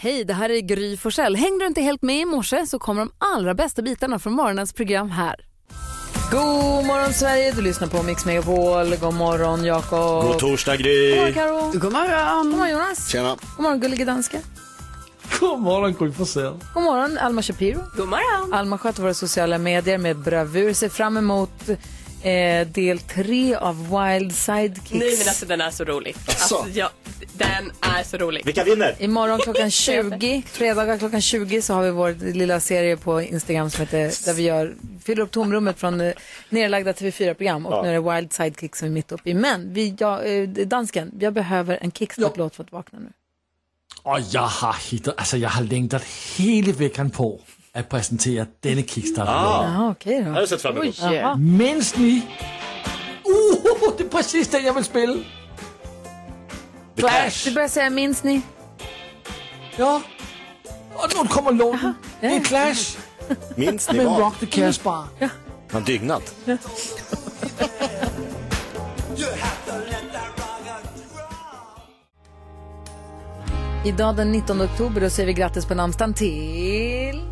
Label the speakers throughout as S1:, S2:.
S1: Hej, det här är Gry Forssell. Hängde du inte helt med i morse så kommer de allra bästa bitarna från morgonens program här. God morgon Sverige, du lyssnar på Mix Megapol. God morgon Jakob.
S2: God torsdag Gry!
S1: God morgon Karo. God
S3: God morgon!
S1: morgon Jonas.
S2: Tjena!
S1: God morgon gullige dansken.
S4: God morgon Gry Forssell.
S1: God morgon Alma Shapiro. God morgon. Alma sköter våra sociala medier med bravur. Ser fram emot eh, del tre av Wild Sidekicks.
S5: Nej men alltså den är så rolig. Alltså,
S2: Asså?
S5: ja, den är så rolig.
S2: Vilka vinner?
S1: Imorgon klockan 20, fredagar klockan 20 så har vi vår lilla serie på Instagram som heter, där vi gör, fyller upp tomrummet från eh, nerlagda TV4-program och nu är det Wild Sidekick som vi är mitt uppe i. Men vi, jag, eh, dansken, jag behöver en kickstart-låt för att vakna nu.
S4: Och jag har hittat, alltså jag har längtat hela veckan på att presentera denna kickstarter. Ah.
S1: Jaha, okej
S2: Jag har
S1: då.
S2: du sett fram emot.
S1: Jaha.
S4: Mens ni... Uh, det är precis det jag vill spela.
S2: The
S1: Du
S2: Clash!
S1: börjar säga, minns ni?
S4: Ja. Och nu kommer låten. Det är Clash
S2: Minns ni
S4: med
S2: vad?
S4: Rock the Casbah.
S2: Han dygnat.
S1: Idag den 19 oktober då säger vi grattis på namnsdagen till...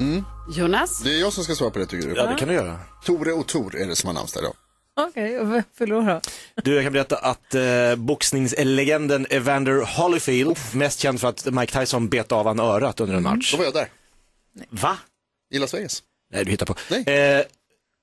S3: Mm. Jonas?
S6: Det är jag som ska svara på det tycker du?
S2: Ja, det kan du göra.
S6: Tore och Tor är det som har namnsdag idag.
S1: Okej, och vem förlorar?
S2: Du, jag kan berätta att eh, boxningslegenden Evander Holyfield, mest känd för att Mike Tyson bet av han örat under en match.
S6: Då var jag där,
S2: Va?
S6: i Las Vegas.
S2: Nej, du hittar på.
S6: Nej.
S2: Eh,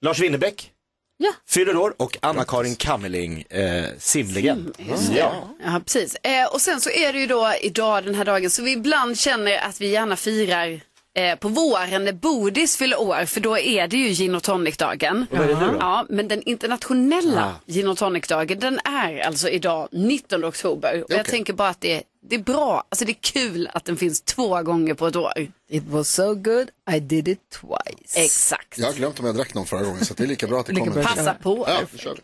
S2: Lars Winnerbäck,
S3: Ja.
S2: fyller år och Anna-Karin Kammerling, eh, simlegend. Ja.
S3: Ja, precis. Eh, och sen så är det ju då idag, den här dagen, så vi ibland känner att vi gärna firar eh, på våren när Bodis fyller år, för då är det ju gin och tonic-dagen.
S2: Vad är det nu då?
S3: Ja, men den internationella
S2: Ah.
S3: gin och tonic-dagen, den är alltså idag 19 oktober. Och jag
S6: Okej.
S3: tänker bara att det, det är bra, alltså det är kul att den finns två gånger på ett år.
S1: It was so good, I did it twice.
S3: Exakt.
S6: Jag har glömt om jag drack någon förra gången så att det är lika bra att det
S1: Lika
S6: kommer.
S1: bra.
S3: Passa på.
S6: Ja, då kör vi.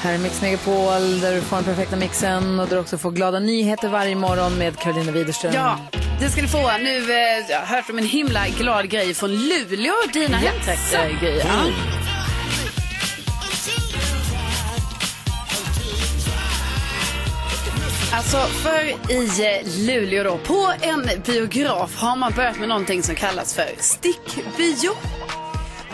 S1: Här är Mix Megapol där du får den perfekta mixen och där du också får glada nyheter varje morgon med Karolina Widerström.
S3: Ja, det ska du få. Nu eh, jag har hört om en himla glad grej från Luleå, dina hemtrakter. Gry. Ja.
S7: Mm.
S3: Alltså för i eh, Luleå då, på en biograf har man börjat med någonting som kallas för stickbio.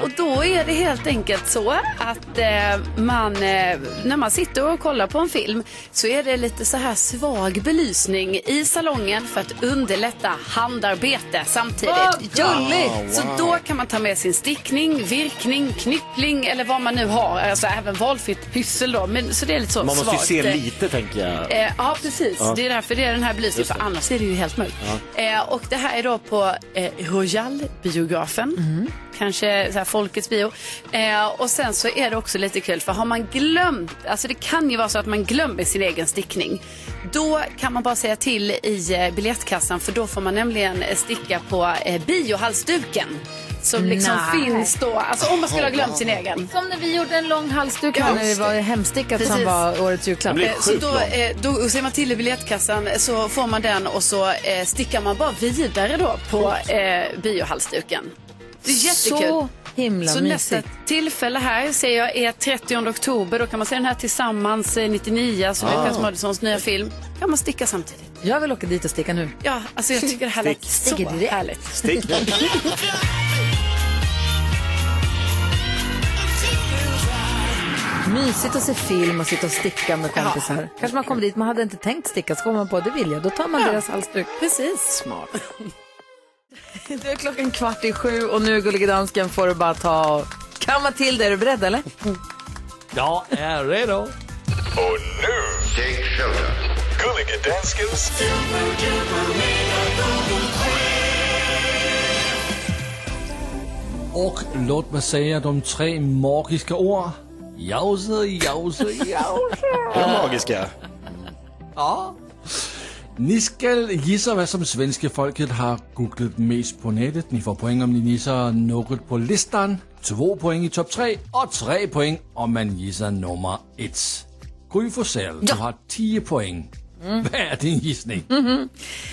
S3: Och då är det helt enkelt så att eh, man, eh, när man sitter och kollar på en film så är det lite så här svag belysning i salongen för att underlätta handarbete samtidigt.
S1: gulligt!
S3: Så då kan man ta med sin stickning, virkning, knyppling eller vad man nu har. Alltså även valfritt pyssel då. Men, så det är lite så
S2: Man måste ju
S3: svagt.
S2: se
S3: eh,
S2: lite, tänker jag.
S3: Eh, ja, precis. Det är därför det är den här belysningen, för annars är det ju helt mörkt. Eh, och det här är då på eh, Royal-biografen, kanske så här Folkets bio. Eh, och sen så är det också lite kul, för har man glömt, alltså det kan ju vara så att man glömmer sin egen stickning. Då kan man bara säga till i eh, biljettkassan, för då får man nämligen eh, sticka på eh, biohalsduken. Som liksom
S1: Nej.
S3: finns då, alltså om man skulle ha glömt sin egen.
S1: Som när vi gjorde en lång halsduk
S3: Ja,
S1: när det
S3: just
S1: var hemstickat som
S3: Precis.
S1: var årets julklapp.
S2: Det blir
S3: Eh, Så
S2: sjukt
S3: då,
S2: långt.
S3: eh, då ser man till i biljettkassan eh, så får man den och så eh, stickar man bara vidare då på eh, biohalsduken. Det är jättekul.
S1: Så himla
S3: Så
S1: mysigt.
S3: nästa tillfälle här ser jag är 30 oktober. Då kan man se den här tillsammans eh, 99, alltså
S2: Ah.
S3: Lukas Moodyssons nya film. kan man sticka samtidigt.
S1: Jag vill åka dit och sticka nu.
S3: Ja, alltså jag tycker det här lät så
S1: Sticker direkt.
S3: härligt.
S2: Stick.
S1: Mysigt att se film och sitta och sticka med kompisar. Kanske man kommer dit, man hade inte tänkt sticka, så kommer man på det vill jag. Då tar man deras halsduk.
S3: Precis. Smart.
S1: Det är klockan kvart i sju och nu, gullige dansken, får du bara ta och kamma till det. Är du beredd eller?
S4: Jag är redo.
S7: Och nu, take shelter. Gulliga danskens
S4: Och låt mig säga de tre magiska ord. Jause, jause, jause.
S2: Hur magiska?
S4: Ja. Ni ska gissa vad som svenska folket har googlat mest på nätet. Ni får poäng om ni gissar något på listan. Två poäng i topp tre och tre poäng om man gissar nummer ett. Gry Forssell, du har tio poäng. Vad är din gissning?
S1: Mhm.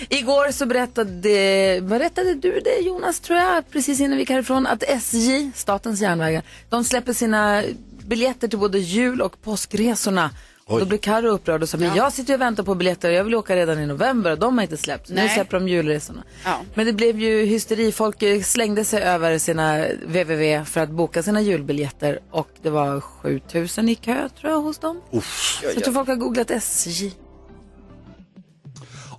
S1: Igår så berättade, berättade du det Jonas, tror jag, precis innan vi gick härifrån, att SJ, Statens järnvägar, de släpper sina biljetter till både jul och påskresorna. Då blev Karo upprörd och sa, men jag sitter ju och väntar på biljetter och jag vill åka redan i november och de har inte släppt. Nu
S3: Nej.
S1: släpper de julresorna.
S3: Ja.
S1: Men det blev ju hysteri. Folk eh, slängde sig över sina www för att boka sina julbiljetter och det var 7000 i kö tror jag hos dem. Så jag tror folk har googlat SJ.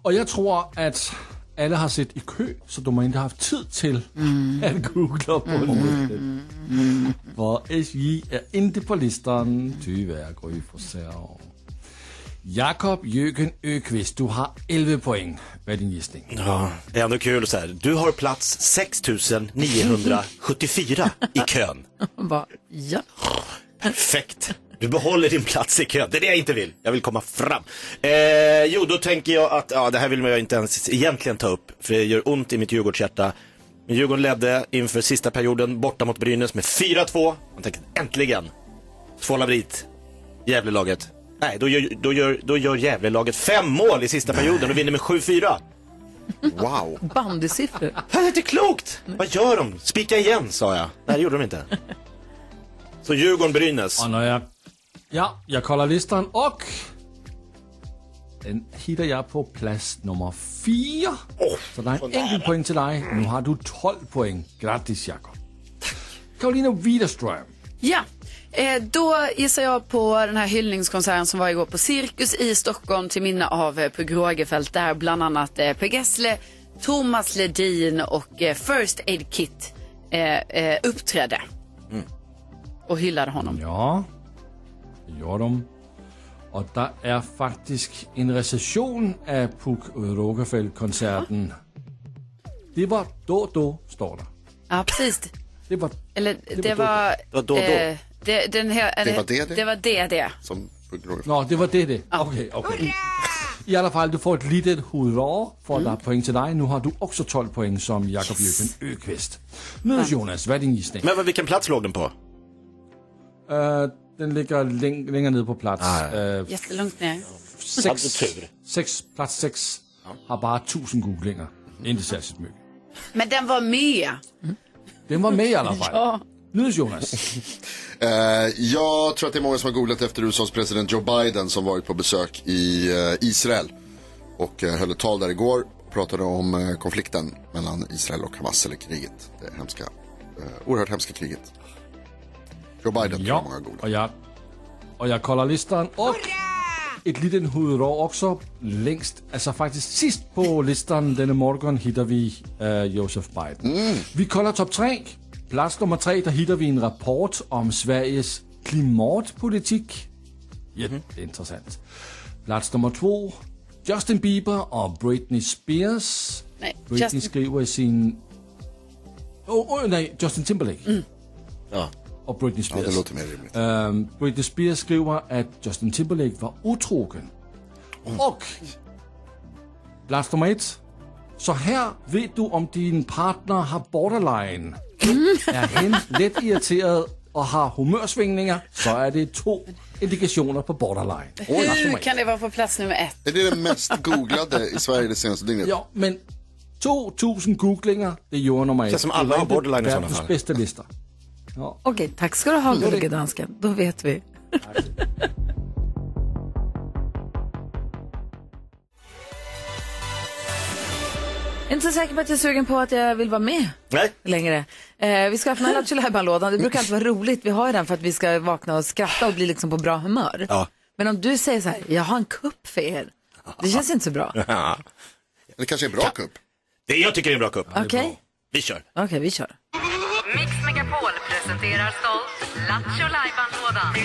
S4: Og jeg tror, at alle har set i kø, så du må ikke have haft tid til mm. at google på mm. det. For SJ er inte på listeren. 20 er gry for sær. Jakob Jøgen Øqvist, du har 11 point. Hvad er din gissning?
S2: Ja, det är ändå kul så här. Du har plats 6974 i kön.
S1: Bara, ja.
S2: Perfekt. Du behåller din plats i kön. Det är det jag inte vill. Jag vill komma fram. Eh, jo, då tänker jag att, ja, det här vill jag inte ens egentligen ta upp, för det gör ont i mitt Djurgårdshjärta. Men Djurgården ledde inför sista perioden borta mot Brynäs med 4-2. Man tänkte äntligen tvålar vi dit Gävlelaget. Nej, då gör, då gör, då gör Gävlelaget fem mål i sista perioden och vinner med 7-4.
S6: Wow.
S1: Bandysiffror.
S2: Det här är inte klokt! Vad gör de? Spika igen, sa jag. Nej, det gjorde de inte. Så Djurgården-Brynäs.
S4: Og når jeg... Ja, jeg kolder listeren, og... Den hitter jeg på plads nummer 4. så der er en enkelt point til dig. Nu har du 12 point. Gratis, Jakob. Karolina Widerström.
S3: Ja, eh, då gissar jag på den här hyllningskonserten som var igår på Cirkus i Stockholm till minne av eh, Pugh Rogefeldt där bland annat eh, Per Gessle, Thomas Ledin och eh, First Aid Kit eh, eh, uppträdde.
S4: Mm.
S3: Och hyllade honom.
S4: Ja, det gjorde de. Og der er faktisk en recession af Puk Rockefeld-koncerten. Det var då-då, står der.
S3: Ja, precis.
S4: Det var
S3: Eller det var...
S2: var då, då.
S3: eh, det, den här,
S6: Det var det, det.
S3: Det var det, det.
S6: Som
S4: Nå, det var det, det. Okay, okay. I alla fall, du får et lille hurra, for der er point til dig. Nu har du også 12 point som Jakob Mm. yes. Jørgen Øqvist. Nu, Jonas, hvad er din gissning?
S2: Men vad- vilken plats låg den på?
S4: Øh, den ligger læng- længere nede på plads. Øh,
S3: Jättelångt ner.
S2: Hade
S4: seks,
S2: tur.
S4: seks, plads 6 har bare 1000 googlinger. Ikke særligt mye.
S3: Men den var med.
S4: Den var med i alla fall. ja. Jonas.
S6: Eh, jag tror att det är många som har googlat efter USAs president Joe Biden som varit på besök i eh, Israel och eh, höll ett tal där igår och pratade om eh, konflikten mellan Israel och Hamas, eller kriget. Det hemska, eh, oerhört hemska kriget. Joe Biden tror jag
S4: Ja,
S6: många har googlat.
S4: og jeg, og jeg kolder listeren op. Et lille hurra også længst, altså faktisk sidst på listeren denne morgen, hitter vi øh, Joseph Biden.
S6: Mm.
S4: Vi kolder top 3. Plads nummer 3, der hitter vi en rapport om Sveriges klimatpolitik. Ja,
S6: Mhm.
S4: det er interessant. Plads nummer 2, Justin Bieber og Britney Spears.
S3: Nej,
S4: Britney
S3: Justin-
S4: skriver i sin... Åh, oh, nej, Justin Timberlake. Og Britney
S6: Ja,
S4: Spears.
S6: det låter mer rimligt.
S4: Øhm, Britney Spears skriver, at Justin Timberlake var utrogen. Og plads nummer et. Så her ved du, om din partner har borderline. Er hen let irriteret og har humørsvingninger, så er det to indikationer på borderline.
S3: Hur kan det vara på plats nummer ett?
S6: Är det den mest googlade i Sverige det senaste dygnet?
S4: Jo, men 2.000 googlinger, det gjorde nummer et.
S2: Känns som alla har borderline i sådana
S4: Verdens
S2: fall.
S4: bedste lister.
S1: Okej, tack ska du ha, gullige dansken. Då vet vi. Inte så säker på att jag är sugen på att jag vill vara med
S2: Nej.
S1: längre. Eh, vi ska öppna Lattjo lådan Det brukar inte vara roligt. Vi har ju den för att vi ska vakna och skratta och bli liksom på bra humör.
S2: Ja.
S1: Men om du säger så här, jag har en kupp för er. Det känns inte så bra.
S6: Det kanske är en bra kupp?
S2: Det jag tycker är en bra kupp.
S1: Okej, okej
S2: Vi kör.
S1: vi kör.
S8: Mix Megapol presenterar stolt Lattjo Lajban-lådan.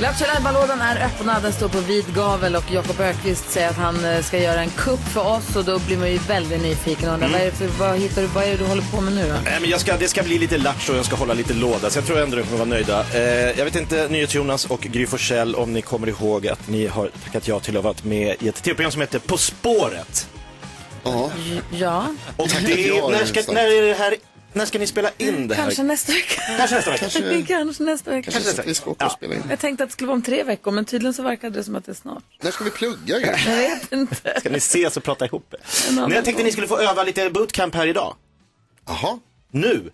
S1: Lattjo-lajban-lådan är öppnad, den står på vid gavel och Jakob Ökvist säger att han eh, ska göra en kupp för oss och då blir man ju väldigt nyfiken och
S2: Mm.
S1: undrar vad, är det för, vad, hittar du, vad är det du håller på med nu då?
S2: Nej, men jag ska, det ska bli lite lattjo och jag ska hålla lite låda, så jag tror ändå att ni kommer vara nöjda. Eh, jag vet inte, NyhetsJonas och Gry Forssell, om ni kommer ihåg att ni har tackat ja till att vara med i ett tv-program som heter På spåret.
S6: Ja.
S1: Ja,
S2: Och
S6: ja,
S2: det, när,
S6: det är Mm,
S2: ska,
S6: sant.
S2: när är det här När ska ni spela in det här?
S1: Kanske nästa vecka.
S2: Kanske nästa vecka.
S6: Kanske-
S1: Kanske nästa vecka.
S6: Kanske så att vi ska åka och spela in.
S1: Jag tänkte att det skulle vara om tre veckor, men tydligen så verkar det som att det är snart.
S6: När ska vi plugga? Gry?
S1: Jag vet inte.
S2: Ska ni ses och prata ihop er?
S1: annan
S2: Nej, jag tänkte
S1: gång.
S2: ni skulle få öva lite bootcamp här idag.
S6: Jaha.
S2: Nu.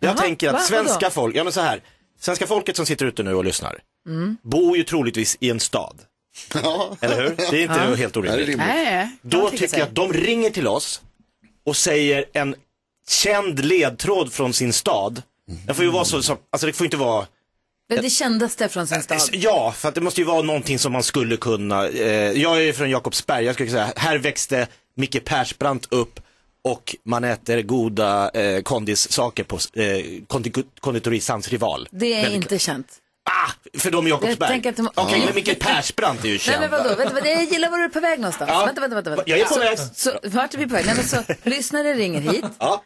S2: Jag
S1: Jaha,
S2: tänker att
S1: va?
S2: svenska
S1: Vadå?
S2: folk, ja men så här. Svenska folket som sitter ute nu och lyssnar
S1: Mm.
S2: bor ju troligtvis i en stad.
S6: Ja.
S2: Eller hur? Det är inte helt
S6: Det här är
S2: orimligt.
S6: rimligt.
S3: Nej,
S2: Då tycker jag att de ringer till oss och säger en känd ledtråd från sin stad.
S6: Mm.
S2: Det får ju vara så, så alltså det får inte vara
S1: Men det kändaste från sin stad.
S2: Ja, för att det måste ju vara någonting som man skulle kunna. Eh, jag är ju från Jakobsberg, jag skulle säga, här växte Micke Persbrandt upp och man äter goda eh, kondissaker på eh, kondi- konditori Sans rival.
S1: Det är
S2: Väldigt-
S1: inte känt.
S2: Ah, för de i Jakobsberg.
S1: Jag tänker att de-
S2: Okej, men Micke Persbrandt är ju känd.
S1: Nej men vadå, vänta, vänta, jag gillar var du är på väg någonstans.
S2: Ja.
S1: Vänta, vänta, vänta. vänta.
S2: Jag är på väg.
S1: Så, vart är vi på väg? Nej, men så, lyssnare ringer hit
S2: Ja.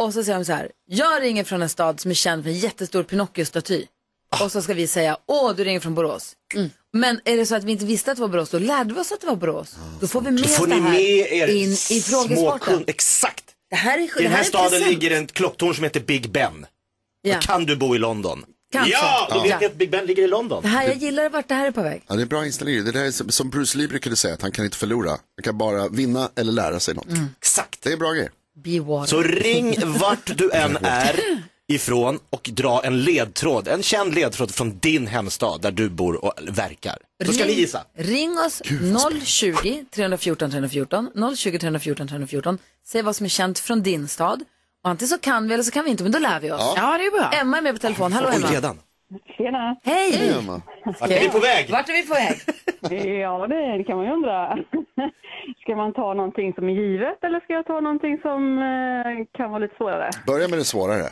S1: och så säger de så här. Jag ringer från en stad som är känd för en jättestor Pinocchio-staty.
S2: Ah.
S1: Och så ska vi säga, åh du ringer från Borås. Mm. Men är det så att vi inte visste att det var Borås, då lärde vi oss att det var Borås. Då får vi med
S2: Då Ah, får
S1: oss det
S2: ni
S1: här
S2: med er
S1: in i
S2: små
S1: frågesporten.
S2: kund. Exakt.
S1: Det här är,
S2: I
S1: det
S2: den
S1: här
S2: här
S1: är
S2: staden
S1: present.
S2: ligger en klocktorn som heter Big Ben.
S1: Ja.
S2: Kan du bo i London?
S1: Kanske.
S2: Ja, då vet
S1: Ja.
S2: ni att Big Ben ligger i London.
S1: Det här, jag gillar vart det här är på väg.
S6: Ja, det är bra inställning. Det där är som- som Bruce Lee brukade säga, att han kan inte förlora. Han kan bara vinna eller lära sig något.
S1: Mm,
S2: Exakt.
S6: Det är bra grejer.
S1: Be water.
S2: Så ring vart du än är ifrån och dra en ledtråd, en känd ledtråd från din hemstad där du bor och verkar. Då ska ni gissa.
S1: Ring oss 020 314 314 020 314 314. Säg vad som är känt från din stad. Och antingen så kan vi eller så kan vi inte, men då lär vi oss.
S3: Ja, det är bra.
S1: Emma är med på telefon. Hallå
S2: Oj,
S1: Emma.
S2: redan.
S9: Tjena.
S1: Hej!
S6: Emma.
S2: Vart är vi på väg?
S1: Vart är vi på väg?
S9: Ja, det, det kan man ju undra. Ska man ta någonting som är givet eller ska jag ta någonting som eh, kan vara lite svårare?
S6: Börja med det svårare.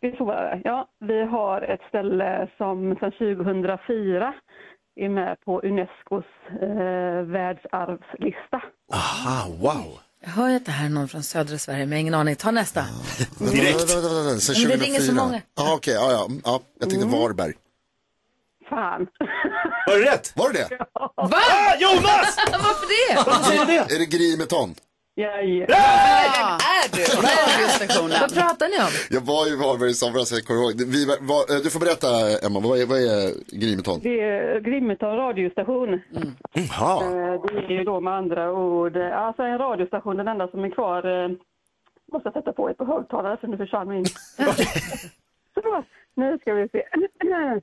S9: Det är svårare. Ja, vi har ett ställe som sedan 2004 är med på Unescos eh, världsarvslista.
S2: Aha, Ah, wow.
S1: Jag hör ju att det här är någon från södra Sverige, men jag har ingen aning. Ta nästa.
S2: Direkt.
S6: Vänta, vänta, vänta, vänta. Sen
S1: Men
S6: 2004.
S1: det ringer så många.
S6: Ja, okej. Ja, ja. Mm, ja. Jag tänkte Varberg.
S9: Fan!
S2: Var det rätt?
S6: Var det det?
S1: Va?
S2: Ah, Jonas!
S1: Varför det?
S2: Vad säger du det?
S6: Är det Gry med ton?
S9: Jajamän.
S3: är du? Radiostationen.
S1: Vad pratar ni om?
S6: Jag var ju i Varberg i somras, jag kommer ihåg. Vi var, var, eh, du får berätta, Emma. Vad är, vad är Gry med ton?
S9: Det är Grimmetan radiostation.
S2: Jaha.
S9: Eh, Det är ju då med andra ord, eh, alltså en radiostation, den enda som är kvar. eh, Måste jag sätta på er på högtalare för nu försvann min. Så, nu ska vi se.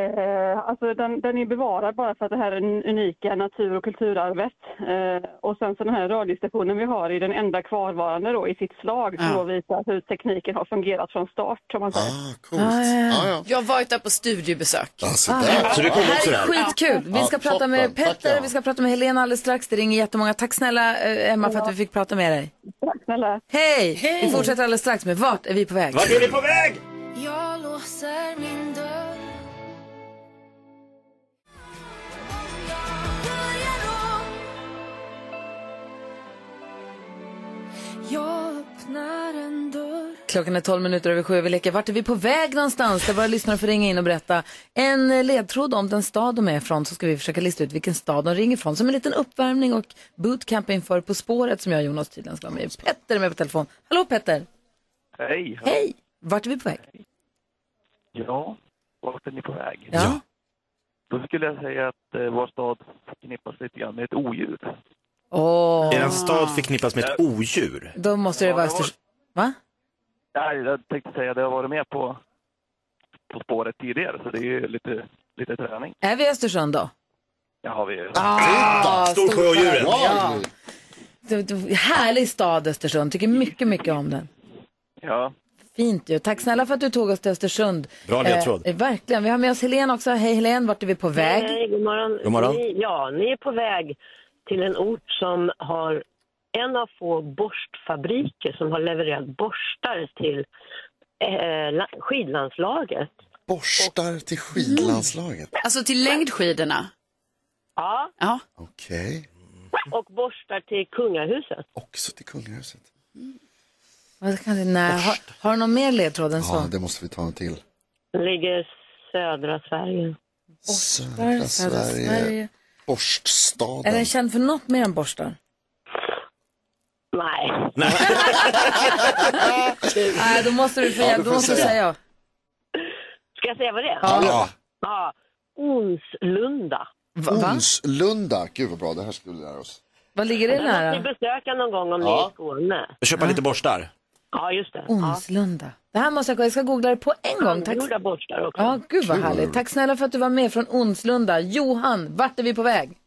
S9: Eh, Alltså den, den är bevarad bara för att det här är den unika natur och kulturarvet. Eh, Och sen så den här radiostationen vi har är den enda kvarvarande då i sitt slag som
S3: Ja.
S9: då visar hur tekniken har fungerat från start. Om man säger.
S6: Ah, coolt. Ah, ja.
S3: Jag har varit där på studiebesök.
S6: Ah, så där.
S2: Så det
S1: Det
S2: kommer också
S1: här är
S2: där.
S1: skitkul. Vi ska
S6: Ja,
S1: prata med
S6: toppen. Tack,
S1: Petter,
S6: Emma.
S1: vi ska prata med Helena alldeles strax. Det ringer jättemånga. Tack snälla eh, Emma för att vi fick prata med dig.
S9: Tack snälla.
S1: Hej! Vi fortsätter alldeles strax med Vart är vi på väg?
S2: Vart är vi på väg?
S1: Klockan är 12 minuter över sju. Vi leker Vart är vi på väg någonstans? Där våra lyssnare får ringa in och berätta en ledtråd om den stad de är ifrån. Så ska vi försöka lista ut vilken stad de ringer ifrån. Som en liten uppvärmning och bootcamp inför På spåret som jag och Jonas tydligen ska vara med i. Petter är med på telefon. Hallå Petter!
S10: Hej!
S1: Hej! Vart är vi på väg?
S10: Ja, vart är ni på väg?
S1: Ja.
S10: Då skulle jag säga att eh, vår stad förknippas lite grann med ett odjur.
S1: Åh,
S2: Er
S1: Ah.
S2: stad förknippas med ett odjur.
S1: då måste det vara
S10: Ja, det var-
S1: Östers... Va?
S10: Nej, jag tänkte säga att jag har varit med på, på spåret tidigare, så det är ju lite, lite träning.
S1: Är vi i Östersund då?
S10: Det har vi ju.
S1: Ah,
S2: Storsjöodjuret.
S1: Ja. Det- det- Härlig stad Östersund, tycker mycket, mycket om den.
S10: Ja.
S1: Fint ju. Tack snälla för att du tog oss till Östersund.
S2: Bra ledtråd.
S1: Eh, verkligen. Vi har med oss Helen också. Hej Helen, vart är vi på väg?
S11: Hej, god morgon.
S2: God morgon.
S11: Ni, ja, ni är på väg till en ort som har en av få borstfabriker som har levererat borstar till eh, la- skidlandslaget.
S6: Borstar till skidlandslaget.
S3: Alltså till längdskidorna.
S11: Ja,
S3: Ja.
S6: Okej.
S11: och borstar till kungahuset.
S6: Också till kungahuset.
S1: Vad kan det, nej, har, har du någon mer ledtråd än så?
S6: Ja, det måste vi ta en till.
S11: Den ligger södra Sverige.
S6: Södra Sverige. Borststaden.
S1: Är den känd för något mer än borstar?
S11: Nej.
S1: Nej, då måste du,
S11: Ja,
S1: säga,
S11: du
S1: då
S11: får
S1: måste du
S11: säga.
S1: säga.
S11: Ska jag säga vad det är?
S1: Ja. Ja.
S11: ja. Onslunda.
S6: Onslunda, gud vad bra, det här skulle vi lära oss.
S1: Vad ligger det
S11: Den måste
S1: nära?
S11: ni besöka någon gång om ni
S6: Ja.
S11: är i Skåne.
S2: Köpa lite borstar.
S11: Ja, just det.
S1: Onslunda. Det här måste jag, jag ska googla det på en gång. Tack.
S11: Gjorda borstar också.
S1: Ja, gud vad härligt. Tack snälla för att du var med från Onslunda. Johan, vart är vi på väg?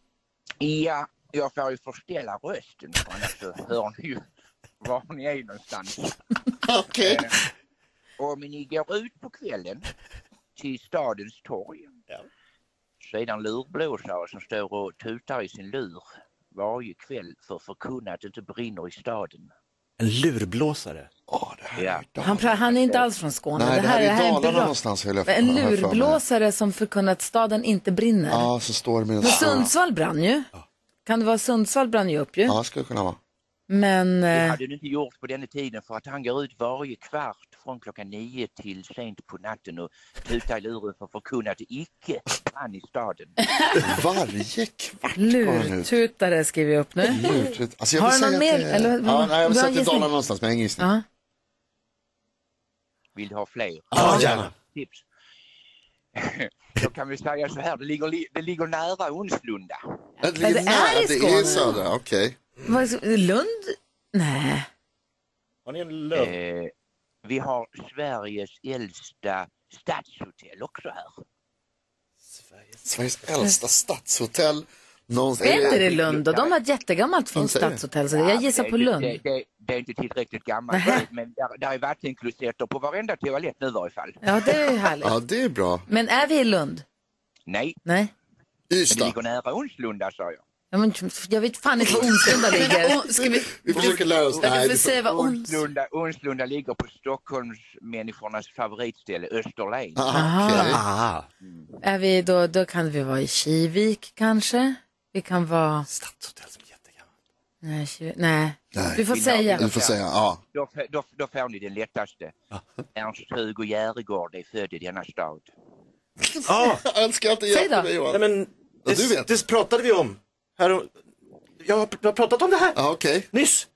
S12: Ja, jag får ju förställa rösten för annars så hör ni ju var ni är någonstans. Okej. om ni går ut på kvällen till stadens torg så är det en lurblåsare som står och tutar i sin lur varje kväll för att förkunna att det inte brinner i staden.
S2: En lurblåsare.
S12: Ja.
S1: Han, pra- han är inte alls från Skåne.
S6: Nej, det här är i
S1: en
S6: Dalarna
S1: bra-
S6: någonstans, höll jag-
S1: En
S6: har jag för mig.
S1: lurblåsare som förkunnar att staden inte brinner.
S6: Ja, så står det med en
S1: Men
S6: sån-
S1: Sundsvall brann ju. Kan det vara Sundsvall brann ju upp ju.
S6: Ja, skulle kunna vara.
S1: Men...
S12: Det
S1: eh,
S12: hade du inte gjort på denna tiden för att han går ut varje kvart från klockan nio till sent på natten och tutar i luren för att förkunna att det icke brann i staden.
S6: Varje kvart
S1: Lurtutare skriver jag upp nu.
S6: Lurtut- Alltså, jag
S1: har
S6: vill
S1: du någon
S6: säga
S1: mer?
S6: att det-
S1: Eller, vad-
S6: ja, nej, jag vill
S1: du har en
S6: säga att det är
S1: gissning?
S6: Dalarna någonstans, men jag har ingen gissning.
S1: Ja.
S12: Vill du ha fler?
S6: Ja, gärna.
S12: Tips. Då kan vi säga så här, det ligger, li- det ligger nära Onslunda.
S6: Det ligger
S1: det är i
S6: nära, det är
S1: Skåne.
S6: i södra, okej.
S1: Vad är det- Lund? Nej.
S2: Har ni en
S12: Eh, vi har Sveriges äldsta stadshotell också här.
S6: Sveriges äldsta stadshotell. Någonstans...
S1: Är inte det Lund då? De har ett jättegammalt fint stadshotell. Så jag gissar
S12: det-
S1: på
S12: det-
S1: Lund.
S12: Det, det, det är inte tillräckligt gammalt, men där, där är vattenklosetter på varenda toalett nu i varje fall.
S1: Ja, det är ju härligt.
S6: Ja, det är bra.
S1: Men är vi i Lund?
S12: Nej.
S1: Nej.
S12: Ystad. Det ligger nära Onslunda sa jag.
S1: Ja, men, jag vet fan inte var Onslunda ligger.
S6: Vi försöker lära oss.
S1: Nej, det-
S12: Onslunda, Onslunda ligger på Stockholmsmänniskornas favoritställe, Österlen.
S1: Ah, okej. Är vi då, då kan vi vara i Kivik kanske. Vi kan vara...
S2: Stadshotell som är
S1: jättegammalt. Nej, Kivik. Nej. Du får säga.
S6: Ah, Du får säga, ja.
S12: Då, då, då får ni den lättaste. Ernst-Hugo Järegård är född i denna stad.
S2: Ja.
S6: Jag önskar att det
S2: Säg
S6: hjälpte
S2: då.
S6: mig Johan.
S2: Nej, men,
S6: Ja,
S2: det,
S6: du vet.
S2: det pratade vi om. Här, om- jag har pr- jag har pratat om det här
S6: Ja, okej.
S2: nyss.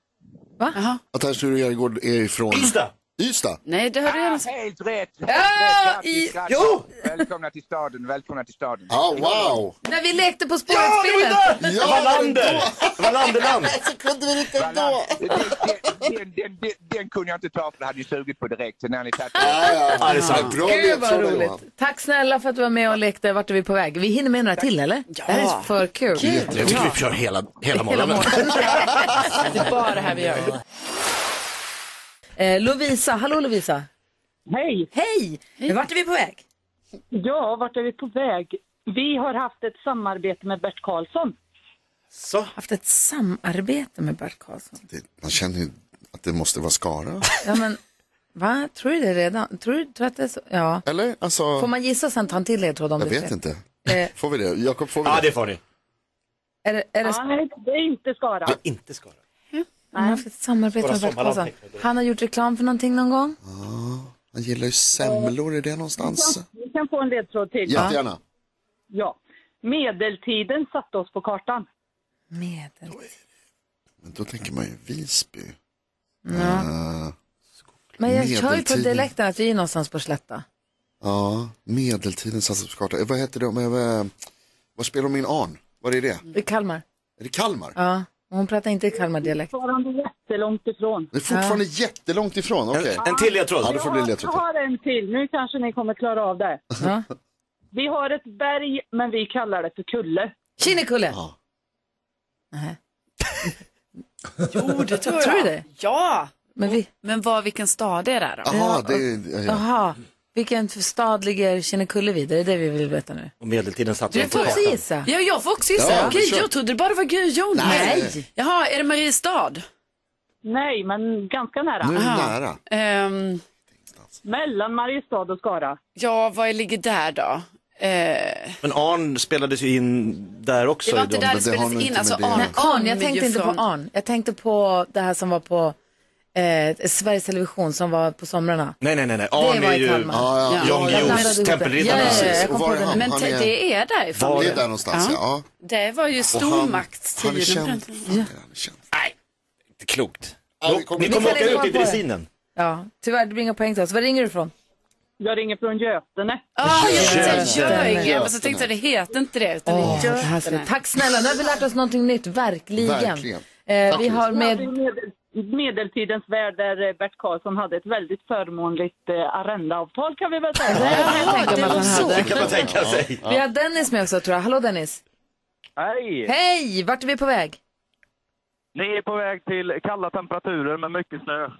S1: Va?
S6: Att Ernst Sture Järegård är ifrån...
S2: Ystad.
S6: Ystad?
S3: Nej, det har du redan
S12: Helt rätt!
S1: Ja,
S12: Helt rätt.
S1: i-
S12: Grattis, grattis.
S1: Jo!
S12: Välkomna till staden, välkomna till staden.
S6: Ja, wow!
S1: När vi lekte På spåret-spelet.
S2: Wallander-land.
S6: Så Alltså, kunde vi inte ändå.
S12: Den, den, den, den, den kunde jag inte ta för det hade ju sugit på direkt. Sen hade ni tagit
S6: Ja, det är sant. Bra
S1: Gud vad
S6: ledtrådar,
S1: roligt.
S6: Johan.
S1: Tack snälla för att du var med och lekte. Vart är vi på väg? Vi hinner med några till eller? Ja. Det här är för kul.
S2: Jag tycker vi kör hela, hela
S1: Hela
S2: morgonen.
S1: morgonen.
S5: Det är bara det här vi gör.
S1: Eh, Lovisa, hallå Lovisa.
S13: Hej!
S1: Hej! Vart är vi på väg?
S13: Ja, vart är vi på väg? Vi har haft ett samarbete med Bert Karlsson.
S2: Så.
S1: Haft ett samarbete med Bert Karlsson.
S6: Man känner ju att det måste vara Skara.
S1: Ja men, va? Tror du det redan? Tror du, tror du att det är så? Ja.
S6: Eller? Alltså,
S1: Får man gissa sen ta en till ledtråd om
S6: jag
S1: det är
S6: vet
S1: fel?
S6: inte.
S1: Eh,
S6: Får vi det? Jakob, får vi det?
S2: Ja, det får ni.
S1: Är det, är det...
S13: Nej, det är inte Skara.
S2: Det är inte Skara.
S1: Han har haft ett samarbete
S6: Våra
S1: med Bert Karlsson.
S6: sommarlag.
S1: Han har gjort reklam för någonting någon gång.
S6: Ja, han gillar ju semlor, är det någonstans?
S13: Vi kan få en ledtråd till.
S6: Jättegärna.
S13: Ja. Medeltiden satte oss på kartan.
S1: Medel.
S6: Men då tänker man ju Visby.
S1: Ja.
S6: Eh,
S1: Men jag kör ju på
S6: Medeltiden.
S1: dialekten att vi är någonstans på slätta.
S6: Ja, medeltidens satsningskarta. Eh, Vad heter det? Men, eh, Vad spelar min arn? Vad är det?
S1: I Kalmar.
S6: Är det Kalmar?
S1: Ja, och hon pratar inte Kalmardialekt.
S13: Fortfarande jättelångt ifrån.
S6: Det är fortfarande jättelångt ifrån. Okej.
S13: en till ledtråd.
S6: Ja, det får bli en
S13: Jag
S6: ledtråd.
S13: har en till. Nu kanske ni kommer klara av det. Vi har ett berg, men vi kallar det för kulle.
S1: Kinnekulle!
S6: Ja.
S3: Jo, det tror jag.
S1: Tror du det?
S3: Ja.
S1: Men, vi...
S3: Men vad, vilken stad är det här då?
S6: Jaha, det är... ja.
S1: Jaha, vilken stad ligger Kinnekulle vid? Det är det vi vill veta nu.
S2: Och medeltiden satt
S1: Du
S2: jag på
S1: får också
S2: kartan.
S1: gissa.
S3: Ja, jag får också gissa.
S2: Ja,
S3: Okej,
S2: kör.
S3: jag trodde det bara var Gujon.
S2: Nej.
S3: Jaha, är det Mariestad?
S13: Nej, men ganska nära.
S3: Nu är det
S13: Aha.
S6: nära.
S3: Ehm,
S13: Mellan Mariestad och Skara.
S3: ja, vad ligger där då? Eh,
S2: Men Arn spelades ju in där också.
S3: Det var
S2: i
S3: inte
S2: de-
S3: där det Men det spelades har nog in, inte alltså med det- Arn
S1: Nej, Arn, jag
S3: kommer
S1: tänkte
S3: ju
S1: inte
S3: från-
S1: på Arn. Jag tänkte på det här som var på eh, Sveriges Television som var på somrarna.
S2: Nej, nej, nej, nej.
S1: Det
S2: Arn
S1: var
S2: är
S1: i
S2: ju
S1: Kalmar. Ja, ja.
S2: Jan
S1: Jag blandade
S2: Guillous
S1: ihop det.
S2: Tempelriddarna.
S1: Ja, ja, ja, jag kom
S2: Och
S1: på
S2: var är
S1: den.
S2: han?
S3: men
S2: Han
S3: te-
S2: är-
S3: det är därifrån.
S2: Var
S3: ju.
S2: det där någonstans,
S6: ja.
S3: Det var ju
S2: han-
S3: stormaktstiden.
S2: han är känd.
S6: Ja.
S2: inte klokt.
S1: Ja,
S2: Ni
S1: vi kommer-
S2: kommer,
S1: Vi
S2: åka
S1: kan
S2: ut i
S1: inte komma på det.
S2: dressinen.
S1: Ja, tyvärr, det blir inga poäng till oss. Var ringer du ifrån?
S13: Jag ringer från
S1: Eh,
S13: Götene.
S3: Ah,
S1: Götene.
S3: just det, Göinge. Men så
S1: Götene.
S3: tänkte jag, det heter inte det. Utan
S1: Åh,
S3: det
S1: det
S3: är
S1: här ska...
S3: Götene.
S1: Tack snälla, nu har vi lärt oss någonting nytt, verkligen.
S3: Verkligen.
S1: Eh,
S13: Tack
S1: vi
S13: så
S1: har med...
S13: mycket. Ja, det är medel- Medeltidens värld där eh, Bert Karlsson hade ett väldigt förmånligt eh, arrendeavtal kan vi väl säga.
S2: Det kan man tänka sig.
S1: Vi har Dennis med också tror jag. Hallå Dennis!
S10: Hej!
S1: Hej! Vart är vi på väg?
S10: Ni är på väg till kalla temperaturer med mycket snö.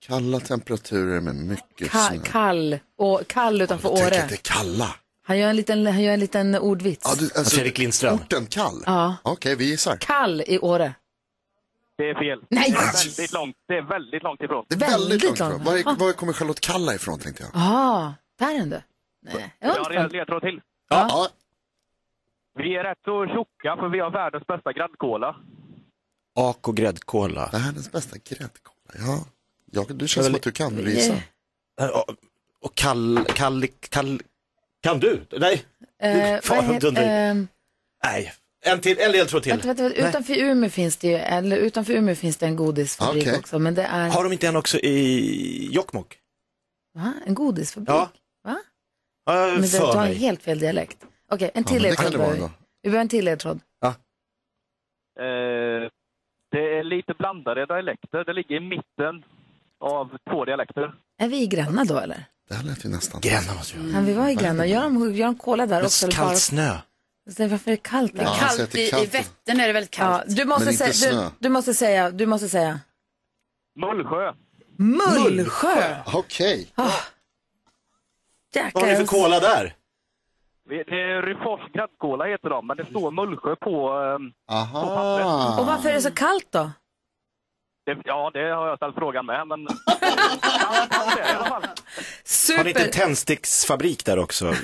S6: Kalla temperaturer med mycket
S1: Ka-
S6: snö.
S1: kall. Och, kall utanför Åre.
S6: är kalla.
S1: Han gör en liten, han gör en liten ordvits.
S6: Ja, du, alltså, Fredrik Lindström. Orten kall?
S1: Ja.
S6: Okej, vi gissar.
S1: Kall i Åre.
S10: Det är fel.
S1: Nej!
S10: Det är väldigt långt, det är väldigt långt ifrån.
S6: Det är väldigt,
S1: Väldigt
S6: långt
S1: långt.
S6: ifrån. Var, är- var kommer Charlotte Kalla ifrån tänkte jag?
S1: Ah, där är den du.
S10: Jag har en ledtråd till.
S6: Ja.
S10: Vi är rätt så tjocka för vi har världens bästa gräddkola.
S2: Ak och gräddkola.
S6: Världens bästa gräddkola, ja. Jag, du känns som att du kan risa.
S1: Eh,
S2: Äh, Och kall, kall, kall... Kan du? Nej.
S1: Eh,
S2: Fan,
S1: vad heter-
S2: dundrar.
S1: ehm,
S2: Nej. En till, en ledtråd till.
S1: vänta, vänta, vänta.
S2: Nej.
S1: Utanför Umeå finns det ju, eller utanför Umeå finns det en godisfabrik
S2: Okej.
S1: också, men det är...
S2: Har de inte en också i Jokkmokk?
S1: Va? En godisfabrik?
S2: Ja.
S1: Va?
S2: Har jag
S1: Men det, du
S2: för
S1: har
S2: mig.
S1: helt fel dialekt. Okej, en till
S2: men det kan
S1: ledtråd
S2: det
S1: behöver
S2: vara
S1: vi.
S2: då.
S1: Vi behöver en till ledtråd.
S10: Eh, det är lite blandade dialekter. Det ligger i mitten av två dialekter.
S1: Är vi i Gränna då eller?
S6: Det här lät ju nästan... Mm.
S2: Gränna måste
S1: Kan vi vara i Gränna? Gör de, gör de kola där
S2: Men
S1: också? eller bara-
S2: Kallt snö.
S1: Så det är Alltså, Varför är det kallt? där?
S2: Ja, han Kallt säger att det är i- i kallt.
S3: Vättern är det väldigt
S1: kallt. Ja, du, måste
S2: Men inte
S1: säga,
S2: snö.
S1: du, du måste säga, du måste säga.
S10: Mullsjö.
S1: Mullsjö!
S6: Okej.
S1: Vad har ni för
S2: kola där?
S10: Det är Ryfors gräddkola heter de, men det står Mullsjö på, eh, på
S2: Ah.
S10: pappret.
S1: Och varför är det så kallt då?
S10: Det, ja, det har jag ställt frågan med, men
S2: Har ni inte en
S1: Super!
S2: tändsticksfabrik där också?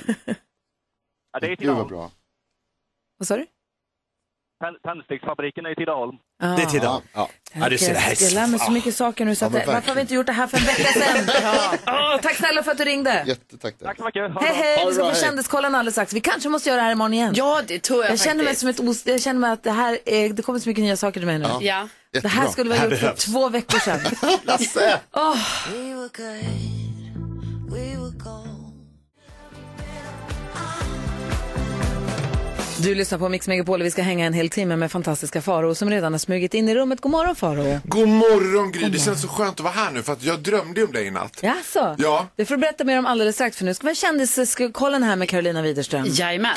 S10: ja, det är i Tidaholm.
S6: bra.
S1: Vad sa du?
S10: Tänd- Tändsticksfabriken är i Tidaholm.
S1: Ah. Det är
S2: Tidaholm,
S6: ja.
S2: Ja, du ser, det här är
S1: Jag lär mig så mycket saker nu så
S2: Ja,
S1: att,
S2: men
S1: det- varför har
S2: verkligen.
S1: vi inte gjort det här för en vecka sedan? Åh, tack snälla för att du ringde.
S6: Jättetack. Tack
S10: så mycket.
S1: Hej hej, vi ska få kändiskollen alldeles strax. Vi kanske måste göra det här imorgon igen.
S3: Ja, det tror jag
S1: jag känner mig
S3: faktiskt.
S1: som ett os- Jag känner mig att det här är, det kommer så mycket nya saker till mig nu.
S3: Ja. Ja.
S1: Det här
S3: Jättebra.
S1: skulle vi
S3: Det
S1: ha
S3: här
S1: gjort för
S3: behövs.
S1: två veckor sedan.
S6: Lasse!
S1: Åh. Du lyssnar på Mix Megapol och vi ska hänga en hel timme med fantastiska faror som redan har smugit in i rummet. God morgon Faro.
S14: God morgon Gry, det känns så skönt att vara här nu för att jag drömde om dig i natt.
S1: Jaså?
S14: Ja.
S1: Det får du berätta mer om alldeles strax för nu ska vi ha kändiskollen här med Carolina Widerström.
S3: Jajamän.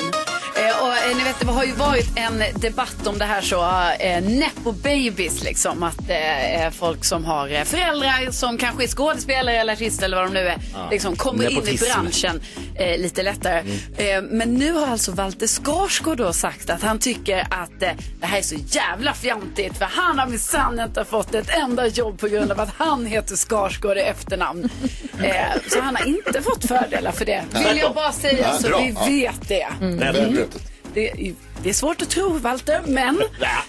S3: Eh, och, eh, ni vet, det har ju varit en debatt om det här så, eh, Nepo babies liksom. Att eh, eh, folk som har eh, föräldrar som kanske är skådespelare eller artister eller vad de nu är.
S5: Ja.
S3: Liksom kommer in i
S5: Nepotism. Mm.
S3: branschen eh, lite lättare. Eh, men nu har alltså Walter Skarsgård då sagt att han tycker att eh, det här är så jävla fjantigt. För han har minsann inte fått ett enda jobb på grund av att han heter Skarsgård i efternamn. eh, så han har inte fått fördelar för det. Vill jag bara säga
S5: Nej,
S3: så
S5: bra.
S3: vi
S5: Ja.
S3: vet det.
S5: Mm. Väl
S3: Mm.
S5: brutet.
S3: Det, är- det är svårt att tro, Walter, men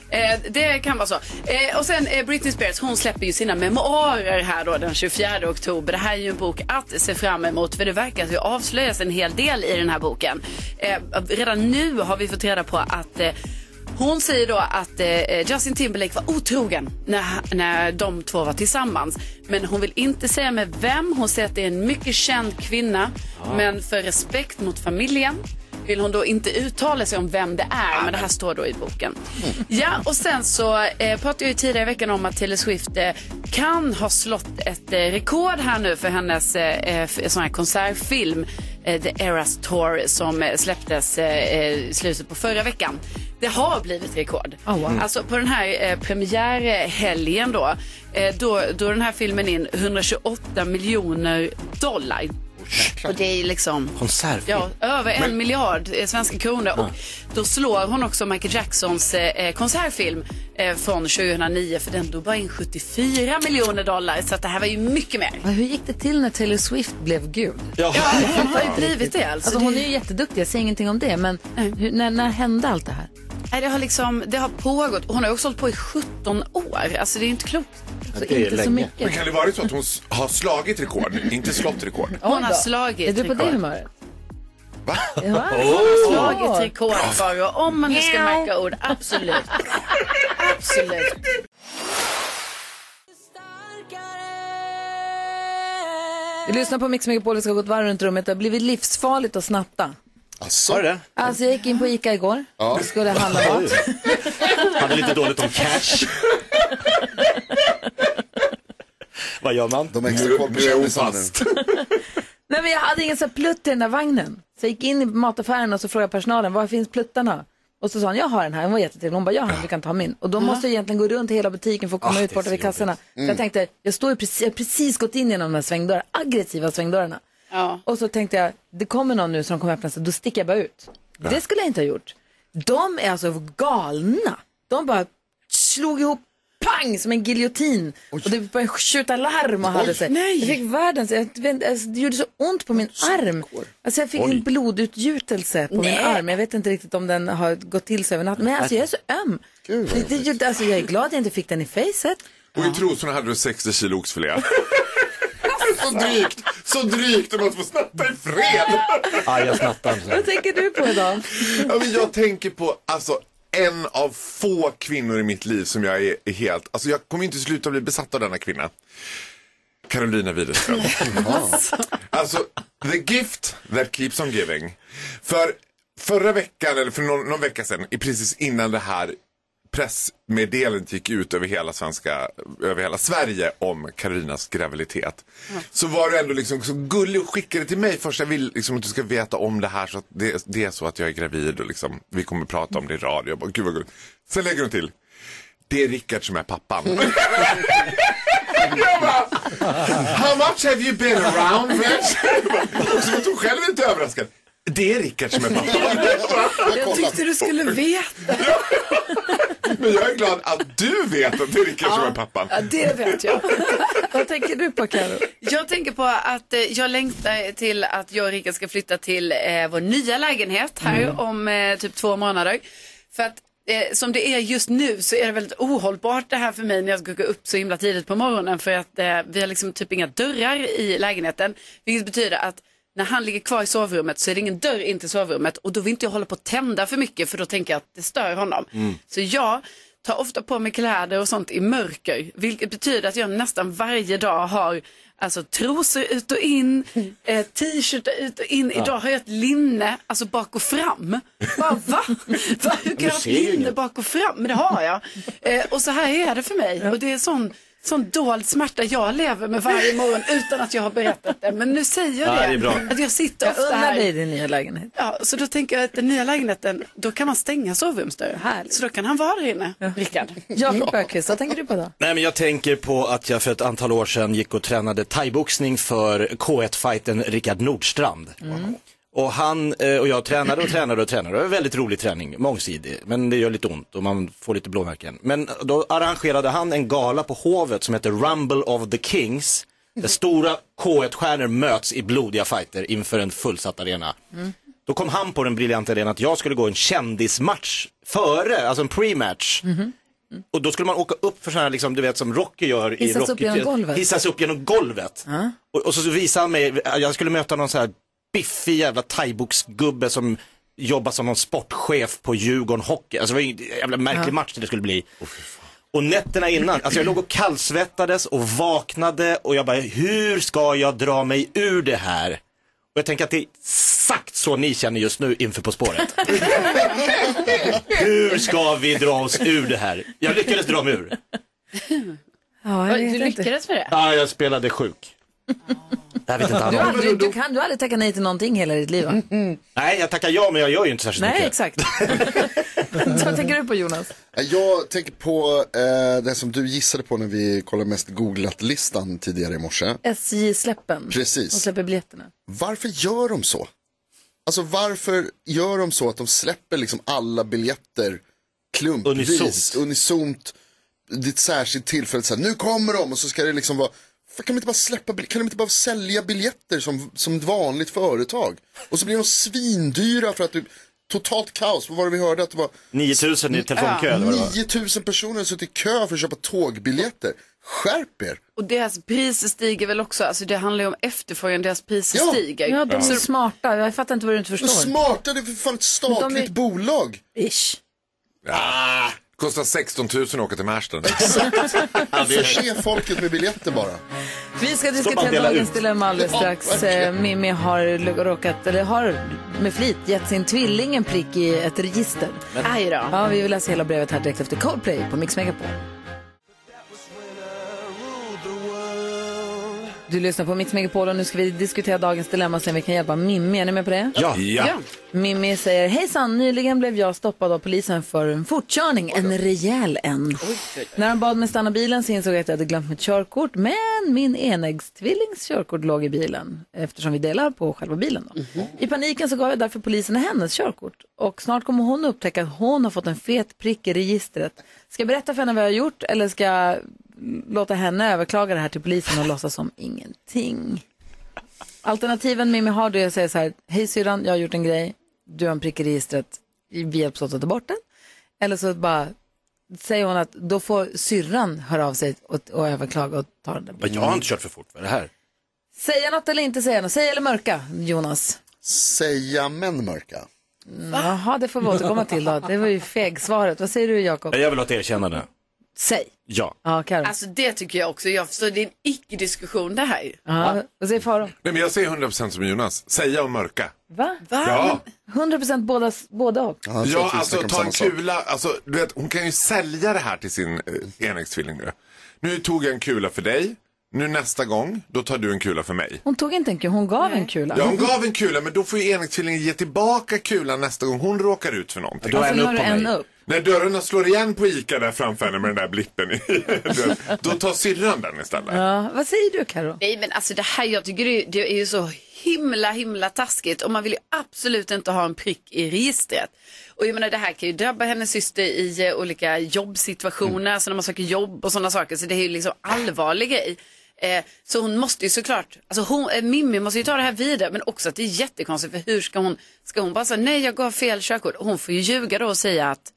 S3: eh, det kan vara så. Eh, och sen eh, Britney Spears, hon släpper ju sina memoarer här då den 24 oktober. Det här är ju en bok att se fram emot för det verkar ju avslöjas en hel del i den här boken. Eh, redan nu har vi fått reda på att eh, hon säger då att eh, Justin Timberlake var otrogen när, när de två var tillsammans. Men hon vill inte säga med vem. Hon säger att det är en mycket känd kvinna.
S5: Ah.
S3: Men för respekt mot familjen vill hon då inte uttala sig om vem det är. Men det här står då i boken. Ja, och sen så eh, pratade jag ju tidigare i veckan om att Taylor Swift eh, kan ha slått ett eh, rekord här nu för hennes eh, eh, f- sån här konsertfilm, eh, The Eras Tour, som eh, släpptes eh, eh, i slutet på förra veckan. Det har blivit rekord.
S5: Oh, wow.
S3: Alltså på den här eh, premiärhelgen då, eh, då, då den här filmen in 128 miljoner dollar. Och det är liksom
S2: Konservfilm.
S3: Ja, över en miljard eh, svenska kronor. Och då slår hon också Michael Jacksons eh, konsertfilm eh, från 2009 för den drog bara in 74 miljoner dollar. Så att det här var ju mycket mer.
S1: Hur gick det till när Taylor Swift blev gud?
S2: Ja,
S3: hon har ju blivit det alltså.
S1: Alltså,
S3: Det-
S1: hon är ju jätteduktig, jag säger ingenting om det, men hur, när, när hände allt det här?
S3: Nej, det har liksom, det har pågått. Hon har ju också hållit på i 17 år. Alltså det är ju inte klokt.
S1: Så det är inte så länge. mycket.
S14: Men kan det vara så att hon s- har slagit rekord, inte slått rekord?
S3: Hon har slagit
S1: Är du på det
S3: rekord.
S1: humöret? Va? Ja,
S3: Hon har slagit rekord, Farao. Om man nu ska märka ord. Absolut. Absolut.
S1: Vi lyssnar på Mix Megapol, vi ska gå ett varv runt rummet. Det har blivit livsfarligt att snatta.
S2: Asså? det?
S1: Alltså jag gick in på ICA igår.
S2: Ja.
S1: Skulle handla mat.
S2: Hade lite dåligt om cash. Vad gör man?
S6: De extra korpkändisarna nu.
S1: Nej men jag hade ingen sån här plutt i den där vagnen. Så jag gick in i mataffären och så frågade personalen, var finns pluttarna? Och så sa hon, jag har den här. Hon var jättetrevlig. Hon bara, jag har den, du kan ta min. Och då
S15: Ja. Ah,
S1: måste jag egentligen gå runt i hela butiken för att komma ut borta vid kassorna. Så
S15: Mm.
S1: jag tänkte, jag står ju precis, jag har precis gått in genom de här svängdörrarna, aggressiva svängdörrarna. Och så tänkte jag, det kommer någon nu som kommer öppna sig, då sticker jag bara ut. Det skulle jag inte ha gjort. De är alltså galna. De bara slog ihop pang som en giljotin. Och det började skjuta larm och hade
S15: Oj.
S1: sig.
S15: Nej.
S1: Jag fick världens, jag, vet- alltså, det gjorde så ont på min arm. Alltså jag fick
S15: Oj.
S1: en blodutgjutelse på min
S15: Nej.
S1: arm. Jag vet inte riktigt om den har gått till sig över natten. Men alltså jag är så öm. det, det, gjorde- alltså, jag är glad att jag inte fick den i facet.
S14: Och i trosorna hade du 60 kilo oxfilé.
S6: Så drygt, så drygt om att få snatta i fred.
S14: ah, jag snattar.
S1: Vad tänker du på idag?
S14: Ja, men jag tänker på alltså, en av få kvinnor i mitt liv som jag är, är helt... Alltså, jag kommer inte sluta bli besatt av denna kvinna. Carolina Widerström.
S13: Mm.
S14: alltså, the gift that keeps on giving. För förra veckan, eller för någon, någon vecka sedan, i- precis innan det här pressmeddelandet gick ut över hela, svenska, över hela Sverige om Karolinas graviditet. Så var du ändå liksom så gullig och skickade till mig först. Jag vill liksom att du ska veta om det här så att det, det är så att jag är gravid och liksom, vi kommer prata om det i radio. Jag bara, Gud vad gulligt. Sen lägger hon till. Det är Rickard som är pappan. Jag bara, How much have you been around Rich? Och så var hon själv inte överraskad. Det är Rickard som är pappan.
S5: Jag tyckte du skulle veta.
S14: Men jag är glad att du vet att det är Rickard som är pappan.
S5: Ja, det vet jag.
S1: Vad tänker du på Karo?
S3: Jag tänker på att eh, jag längtar till att jag och Rickard ska flytta till eh, vår nya lägenhet här
S15: Mm.
S3: om eh, typ två månader. För att eh, som det är just nu så är det väldigt ohållbart det här för mig när jag ska gå upp så himla tidigt på morgonen för att eh, vi har liksom typ inga dörrar i lägenheten. Vilket betyder att när han ligger kvar i sovrummet så är det ingen dörr in till sovrummet och då vill inte jag hålla på att tända för mycket för då tänker jag att det stör honom. Så jag tar ofta på mig kläder och sånt i mörker, vilket betyder att jag nästan varje dag har alltså, trosor ut och in, eh, t-shirt ut och in.
S15: Ja.
S3: Idag har jag ett linne, alltså bak och fram. Bara, va? va? Hur
S15: du
S3: kan jag ha ett
S15: ser ju
S3: linne
S15: inget.
S3: bak och fram? Men det har jag. Eh, och så här är det för mig. Och det är sån, sån dold smärta jag lever med varje morgon utan att jag har berättat det. Men nu säger jag
S1: Ja,
S3: det.
S1: det är bra.
S3: Att jag sitter
S1: Jag
S3: ofta
S1: unnar
S3: här.
S1: dig din nya lägenhet.
S3: Ja, så då tänker jag att den nya lägenheten, då kan man stänga sovrumsdörren. Så då kan han vara där inne, Rickard.
S1: Jakob Bergqvist, vad tänker du på då?
S2: Nej men jag tänker på att jag för ett antal år sedan gick och tränade thaiboxning för K1-fighten Rickard Nordstrand. Och han eh, och jag tränade och tränade och tränade. Det var en väldigt rolig träning, mångsidig. Men det gör lite ont och man får lite blåmärken. Men då arrangerade han en gala på Hovet som heter Rumble of the Kings. Där stora K1-stjärnor möts i blodiga fighter inför en fullsatt arena.
S1: Mm.
S2: Då kom han på den briljanta idén att jag skulle gå en kändismatch före, alltså en pre-match.
S1: Mm-hmm.
S2: Och då skulle man åka upp för sådana här, liksom, du vet som Rocky gör i
S1: Hissas upp
S2: Rocky,
S1: genom golvet.
S2: Hissas upp genom golvet. Och, och så, så visade han mig, jag skulle möta någon så här biffig jävla thaiboxgubbe som jobbar som någon sportchef på Djurgården Hockey. Alltså det var ju en jävla märklig
S15: Ja.
S2: match det skulle bli. Och nätterna innan, alltså jag låg och kallsvettades och vaknade och jag bara, hur ska jag dra mig ur det här? Och jag tänker att det är exakt så ni känner just nu inför På spåret. hur ska vi dra oss ur det här? Jag lyckades dra mig ur.
S1: Ja, jag vet
S3: Du
S1: inte.
S3: lyckades med det?
S2: Ja, jag spelade sjuk. Det här vet inte han
S1: Du, har
S2: om.
S1: aldrig, du, kan, du har aldrig tackat nej till någonting hela ditt liv va?
S2: Nej, jag tackar ja, men jag gör ju inte särskilt
S1: Nej,
S2: mycket.
S1: exakt. Vad tänker du på Jonas?
S6: Eh, Jag tänker på eh, det som du gissade på när vi kollade mest googlat-listan tidigare i morse.
S1: SJ-släppen.
S6: Precis.
S1: De släpper biljetterna.
S6: Varför gör de så? Alltså varför gör de så att de släpper liksom alla biljetter klumpvis, unisont,
S2: Unisont.
S6: vid ett särskilt tillfälle, så här, nu kommer de och så ska det liksom vara för kan, de inte bara släppa, bil- kan de inte bara sälja biljetter som, som ett vanligt företag? Och så blir de svindyra för att det totalt kaos. Vad var det vi hörde? Att det var
S2: 9000 i telefonkö eller vad det var.
S6: 9000 personer som suttit i kö för att köpa tågbiljetter. Skärp er!
S3: Och deras priser stiger väl också, alltså det handlar ju om efterfrågan, deras priser stiger.
S1: Ja, de är
S3: Så-
S1: smarta. Jag fattar inte vad du inte förstår.
S6: Smarta, det är för fan ett statligt bolag.
S1: Ish.
S14: Ah, Kostar 16 000 att åka till Märsta.
S6: Förse folket med biljetter bara.
S1: Vi ska
S6: Som man
S1: diskutera
S6: delar
S1: dagens
S6: ut.
S1: dilemma alldeles
S6: Ja,
S1: strax. Eh,
S6: verkligen.
S1: Mimmi har lo- råkat, eller har med flit gett sin tvilling en prick i ett register.
S3: Men- Aj då.
S1: Ja, vi vill läsa hela brevet här direkt efter Coldplay på Mix Megapol. Du lyssnar på Mix Megapol och nu ska vi diskutera dagens dilemma sen vi kan hjälpa Mimmi. Är ni med på det?
S2: Ja. Ja.
S1: Mimmi säger, hejsan, nyligen blev jag stoppad av polisen för en fortkörning, en rejäl en. När han bad mig stanna bilen så insåg jag att jag hade glömt mitt körkort, men min enäggstrillings körkort låg i bilen, eftersom vi delar på själva bilen. Då. I paniken så gav jag därför polisen hennes körkort och snart kommer hon upptäcka att hon har fått en fet prick i registret. Ska jag berätta för henne vad jag har gjort eller ska jag låta henne överklaga det här till polisen och låtsas som ingenting? Alternativen Mimmi har det är att säga så här, hej syrran, jag har gjort en grej, du har en prick i registret, vi hjälps åt att ta bort den. Eller så bara säger hon att då får syrran höra av sig och, och överklaga och ta den där
S2: Men Jag har inte kört för fort, vad är det här?
S1: Säga något eller inte säga något, säga eller mörka, Jonas.
S6: Säga men mörka.
S1: Jaha, det får vi återkomma till då. Det var ju fegsvaret. Vad säger du Jakob?
S2: Jag vill ha ett erkännande.
S1: Säg.
S2: Ja.
S1: Ja, Karo.
S3: Alltså det tycker jag också. Jag förstår, det är en icke-diskussion det här.
S1: Ja, vad säger Faro?
S14: Nej, men jag säger 100% som Jonas. Säga och mörka.
S1: Va?
S14: Ja.
S1: 100% båda, båda och.
S14: Ja, alltså ta en kula. Alltså, du vet, hon kan ju sälja det här till sin eh, enäggstvilling nu. Nu tog jag en kula för dig. Nu nästa gång, då tar du en kula för mig.
S1: Hon tog inte en kula, hon gav en kula.
S14: Ja, hon gav en kula, men då får ju enäggstvilingen ge tillbaka kulan nästa gång hon råkar ut för någonting.
S1: Ja, då är Alltså, en nu upp har på du en mig. upp.
S14: När dörrarna slår igen på ICA där framför henne med den där blippen i, du vet, då tar syrran den istället.
S1: Ja, vad säger du Karo?
S3: Nej men alltså det här, jag tycker det är, ju- det är ju så himla himla taskigt och man vill ju absolut inte ha en prick i registret. Och jag menar det här kan ju drabba hennes syster i eh, olika jobbsituationer, alltså när man söker jobb och sådana saker, så det är ju liksom allvarlig grej. Eh, så hon måste ju såklart, alltså hon, eh, Mimmi måste ju ta det här vidare men också att det är jättekonstigt för hur ska hon, ska hon bara säga nej jag gav fel körkort? Hon får ju ljuga då och säga att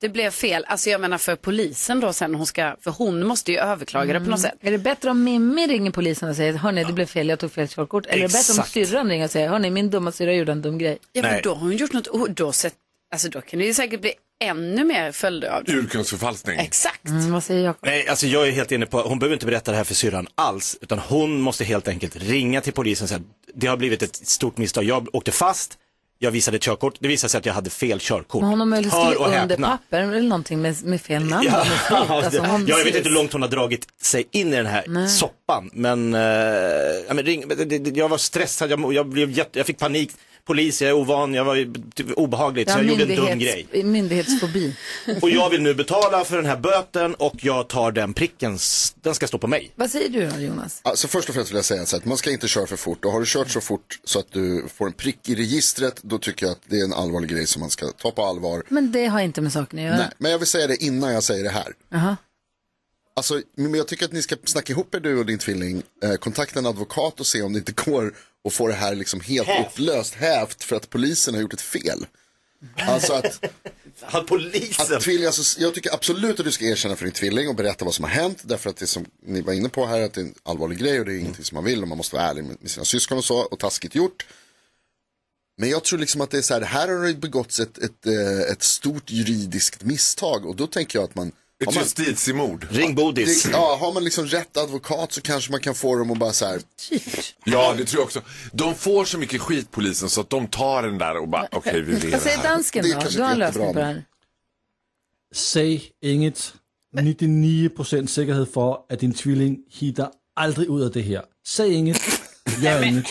S3: det blev fel, alltså jag menar för polisen då sen hon ska, för hon måste ju överklaga det på något sätt.
S1: Mm. Är det bättre om Mimmi ringer polisen och säger hörni det blev fel, jag tog fel körkort? Eller är det bättre om
S3: Exakt.
S1: syrran ringer och säger hörni min dumma syrra gjorde en dum grej?
S3: Ja, men då har hon gjort något, o- då, sett, alltså, då kan det ju säkert bli ännu mer följder av det.
S14: Urkundsförfalskning.
S3: Exakt.
S1: Mm, vad säger jag?
S2: Nej, alltså jag är helt inne på, hon behöver inte berätta det här för syrran alls, utan hon måste helt enkelt ringa till polisen och säga, det har blivit ett stort misstag, jag åkte fast, jag visade ett körkort, det visade sig att jag hade fel körkort.
S1: Men hon har möjligen
S2: Hör
S1: skrivit
S2: och
S1: under
S2: häpna.
S1: papper eller någonting med, med fel namn.
S2: Ja,
S1: Med skit. Alltså, hon-
S2: jag vet inte hur långt hon har dragit sig in i den här
S1: Nej.
S2: soppan. Men, eh, ja, men ring, det- det- jag var stressad, jag, jag, blev jätte, jag fick panik. Polis, jag är ovan, jag var ju typ obehagligt
S1: Ja,
S2: så jag gjorde en dum grej.
S1: myndighets- Myndighetsfobi.
S2: Och jag vill nu betala för den här böten och jag tar den pricken, s- den ska stå på mig.
S1: Vad säger du då Jonas?
S6: Alltså först och främst vill jag säga så att man ska inte köra för fort. Och har du kört så fort så att du får en prick i registret, då tycker jag att det är en allvarlig grej som man ska ta på allvar.
S1: Men det har inte med saken att göra.
S6: Nej, men jag vill säga det innan jag säger det här.
S1: Jaha.
S6: Alltså, men jag tycker att ni ska snacka ihop er du och din tvilling, eh, kontakta en advokat och se om det inte går att få det här liksom helt
S2: Hävt.
S6: upplöst, hävt för att polisen har gjort ett fel. Alltså att,
S2: att polisen?
S6: tvilling, alltså, jag tycker absolut att du ska erkänna för din tvilling och berätta vad som har hänt. Därför att det som ni var inne på här, att det är en allvarlig grej och
S2: Mm.
S6: det är ingenting som man vill och man måste vara ärlig med med sina syskon och så, och taskigt gjort. Men jag tror liksom att det är så här, här har det begåtts ett, ett, eh, ett stort juridiskt misstag och då tänker jag att man...
S14: Ett
S6: har man-
S14: justitiemord.
S2: Ring
S14: Bodis.
S6: Ja, har man liksom rätt advokat så kanske man kan få dem att bara så här,
S14: Ja, det tror jag också. De får så mycket skit polisen så att de tar den där och bara, okej vi lever
S1: Vad säger
S14: här.
S1: dansken då? Du har en lösning på det här.
S4: Säg inget. 99% sikkerhed for, at din tvilling hitter aldrig ud af det her. Säg inget. Gør inget.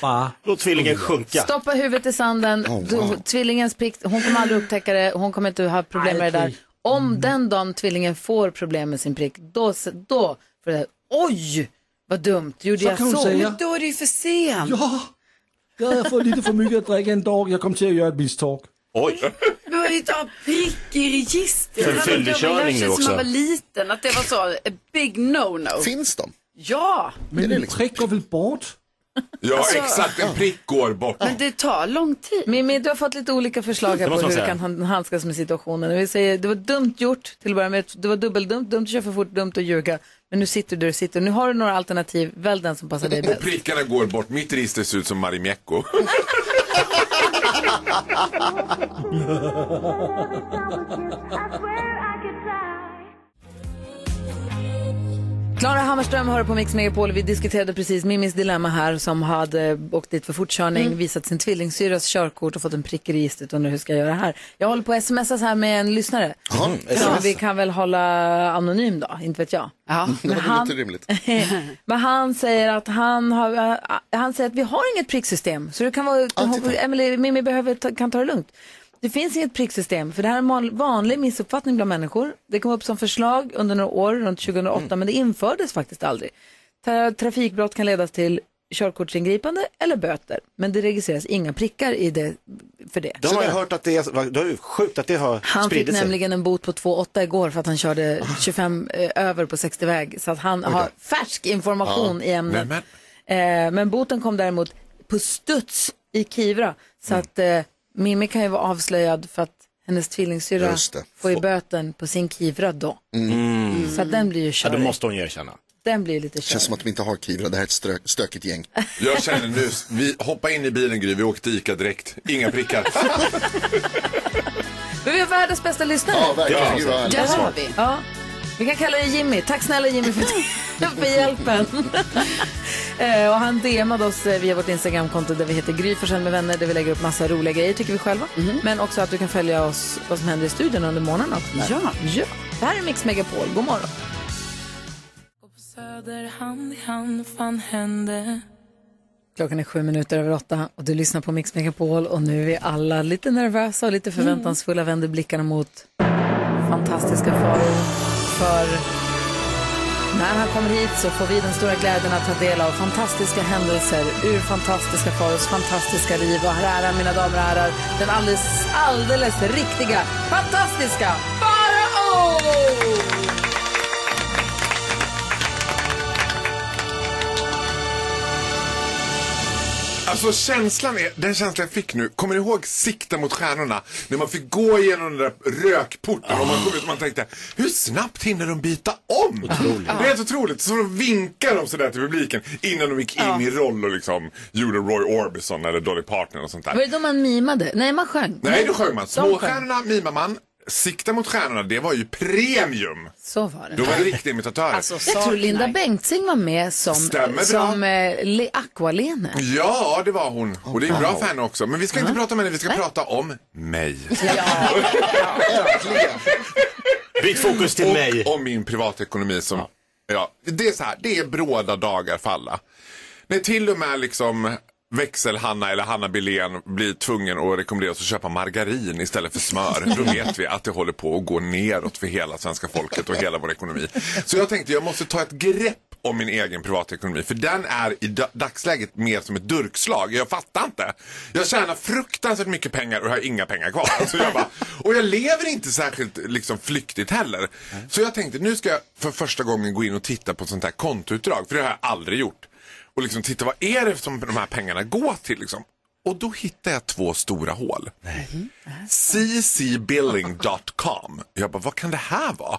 S4: Bare.
S2: Låt tvillingen sjunka.
S1: Stoppa huvudet i sanden,
S4: Oh, wow.
S1: du, tvillingens prick, hon kommer aldrig upptäcka det, hon kommer inte ha problem med det där.
S4: Aldrig.
S1: Om
S14: Mm.
S1: den dagen tvillingen får problem med sin prick, då, s- då får det oj, vad dumt, gjorde
S4: Så
S1: jag
S4: kan hon
S1: så?
S4: säga.
S1: Men då är det ju för sent.
S4: Ja. Jeg havde fået lidt for mycket at drikke en dag. Jeg kom til at gøre et mistalk.
S2: Oj.
S3: Men man vill ju inte ha prick i registret.
S4: För
S3: Det var
S4: fyllig
S3: dumt.
S4: körning
S3: Jag lärde sig
S4: nu
S3: som man
S4: också.
S3: var liten, att det var så, a big no-no.
S6: Finns de?
S3: Ja.
S4: Men en prik går vel bort?
S14: Ja,
S4: Alltså-
S14: exakt. En prick går bort.
S1: Men
S3: det tar lång tid.
S1: Mimmi, du har fått lite olika förslag
S14: Det
S1: här på
S14: måste
S1: hur
S14: man
S1: du
S14: säga.
S1: kan han- handskas med situationen. Vi säger, det var dumt gjort till att börja med. Det var dubbeldumt, dumt att köra för fort, dumt att ljuga. Men nu sitter du där du sitter. Nu har du några alternativ, välj den som passar dig
S14: Och
S1: bäst.
S14: prickarna går bort. Mitt register ser ut som Marimekko.
S7: I swear I
S1: Klara Hammarström hör på Mix Megapol. Vi diskuterade precis Mimis dilemma här som hade åkt dit för fortkörning, visat sin tvillingsyrras körkort och fått en prick i registret. Undrar hur ska jag göra här? Jag håller på att smsas här med en lyssnare.
S6: Jaha,
S1: Som
S6: sms.
S1: vi kan väl hålla anonym då, inte vet jag. Ja,
S6: "Mm, Det
S1: men,
S6: var
S1: han,
S6: lite rimligt.
S1: men han säger att han har, äh, han säger att vi har inget pricksystem. Så du kan vara, Emily, Mimmi behöver, ta, kan ta det lugnt. Det finns inget pricksystem, för det här är en van- vanlig missuppfattning bland människor. Det kom upp som förslag under några år, runt 2008, men det infördes faktiskt aldrig. Tra- Trafikbrott kan ledas till körkortsingripande eller böter, men det registreras inga prickar i det, för det.
S2: Då har jag hört att det är, det är ju sjukt att det har
S1: Han fick
S2: spridit sig. Ah.
S1: nämligen en bot på 2,8 igår för att han körde 25 eh, över på 60-väg. Så att han
S2: Oj då.
S1: har färsk information
S2: Ja.
S1: i ämnet.
S2: Men,
S1: Eh, men boten kom däremot på studs i Kivra.
S2: Mm.
S1: Så att eh, Mimmi kan ju vara avslöjad för att hennes tvillingsyrra
S2: Just det.
S1: får ju böten på sin Kivra då.
S6: Mm.
S1: Så att den blir ju
S6: Ja,
S1: körig.
S6: då måste
S2: hon ju erkänna.
S1: Den blir ju lite
S6: Det känns
S1: körig.
S6: som att vi inte har Kivra, det här är ett strö- stökigt gäng.
S14: Jag känner nu, vi hoppar in i bilen Gry, vi åker till ICA direkt. Inga prickar.
S1: Men vi har världens bästa lyssnare.
S14: Ja, verkligen. Ja. Gud, vad härligt. Det har
S1: vi. Ja. Vi kan kalla dig Jimmy. Tack snälla Jimmy för, för hjälpen. Eh, och han DMade oss eh, via vårt Instagramkonto där vi heter Gry Forssell med vänner där vi lägger upp massa roliga grejer tycker vi själva. Men också att du kan följa oss vad som händer i studion under morgonen också.
S3: Ja.
S1: ja. Det här är Mix Megapol. God morgon.
S5: Söder hand i hand, fan hände?
S1: Klockan är sju minuter över åtta och du lyssnar på Mix Megapol och nu är vi alla lite nervösa och lite förväntansfulla, vänder blickarna mot fantastiska faror. För när han kommer hit så får vi den stora glädjen att ta del av fantastiska händelser ur fantastiska faros fantastiska liv. Och här är han, mina damer och herrar, den alldeles, alldeles riktiga, fantastiska Farao!
S14: Alltså känslan är, den känslan jag fick nu, kommer ni ihåg Sikta mot stjärnorna? När man fick gå igenom den där rökporten och man kom ut och man tänkte, hur snabbt hinner de byta om? Det är helt otroligt. Så de vinkar de sådär till publiken innan de gick in i roll och liksom gjorde Roy Orbison eller Dolly Parton och sånt där.
S1: Var det då man mimade? Nej, man sjöng.
S14: Nej, då sjöng man.
S1: De sjöng.
S14: Småstjärnorna mimar man. Sikta mot stjärnorna, det var ju premium.
S1: Så var det. Alltså,
S14: Då var det riktiga imitatörer.
S1: Jag tror Linda Bengtzing var med som,
S14: Stämmer bra.
S1: som eh, Le- Aqualene.
S14: Ja, det var hon. Och det är bra
S2: wow.
S14: för henne också. Men vi ska inte prata om henne, vi ska
S1: Nej.
S14: prata om mig.
S2: Byt fokus till
S14: och,
S2: mig.
S14: Om min privatekonomi som, ja. det är så här, det är bråda dagar för alla. När till och med liksom växelhanna eller Hanna Billén blir tvungen att rekommendera oss att köpa margarin istället för smör. Då vet vi att det håller på att gå neråt för hela svenska folket och hela vår ekonomi. Så jag tänkte jag måste ta ett grepp om min egen privatekonomi. För den är i da- dagsläget mer som ett durkslag. Jag fattar inte. Jag tjänar fruktansvärt mycket pengar och jag har inga pengar kvar. Alltså jag bara, och jag lever inte särskilt liksom, flyktigt heller. Så jag tänkte nu ska jag för första gången gå in och titta på ett sånt här kontoutdrag. För det har jag aldrig gjort. Och liksom titta vad är det som de här pengarna går till liksom. Och då hittar jag två stora hål. ccbilling.com. Jag bara, vad kan det här vara?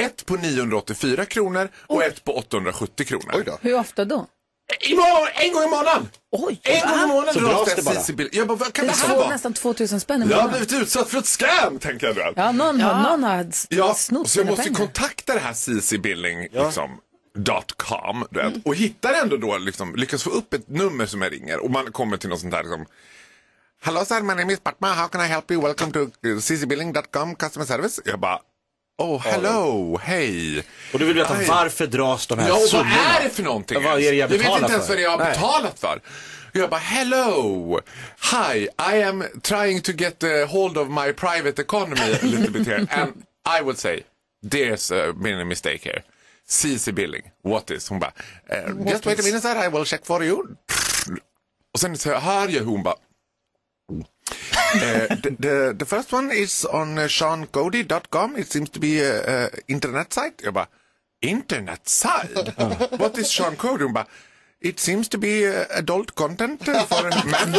S14: Ett på 984 kronor och ett på 870 kronor. Oj då.
S1: Hur ofta då?
S14: Imorgon, en gång i månaden!
S1: Oj,
S14: En gång i månaden
S2: Så
S14: dras
S2: dras
S14: det
S2: det bara.
S14: CC-bill- Jag bara, vad
S1: Det
S14: kan det, här
S1: är
S14: vara?
S1: nästan 2000 spänn i
S14: Jag har
S1: månaden.
S14: blivit utsatt för ett scam, tänker jag då.
S1: Ja, någon har, någon har s-
S14: Ja,
S1: snott
S14: så jag
S1: sina
S14: måste ju
S1: pengar.
S14: kontakta det här ccbilling liksom, dot com, du vet, och hittar ändå då liksom, lyckas få upp ett nummer som jag ringer och man kommer till något sånt där liksom, Hello sir, my name is Patma, how can I help you? Welcome to uh, ccbilling.com customer service. Jag bara, oh hello, hej.
S2: Och du vill veta varför dras de här
S14: ja, och
S2: summorna?
S14: vad är det för någonting?
S2: Vad är det jag
S14: ens? vet
S2: betalar
S14: inte ens
S2: för?
S14: vad det är jag har
S2: Nej.
S14: betalat för. Jag bara, hello, hi, I am trying to get a hold of my private economy a little bit here. And I would say, there's uh, been a mistake here. CC Billing, what is? Hon bara, eh,
S15: What
S14: just wait a
S15: is?
S14: minute sir, I will check for you. Och sen så hör jag hur hon bara, Eh, the, the, the first one is on uh, seancody.com. It seems to be a, a internet site. Jag bara, internet site? What is Sean Cody? Hon bara, it seems to be uh, adult content uh, for men.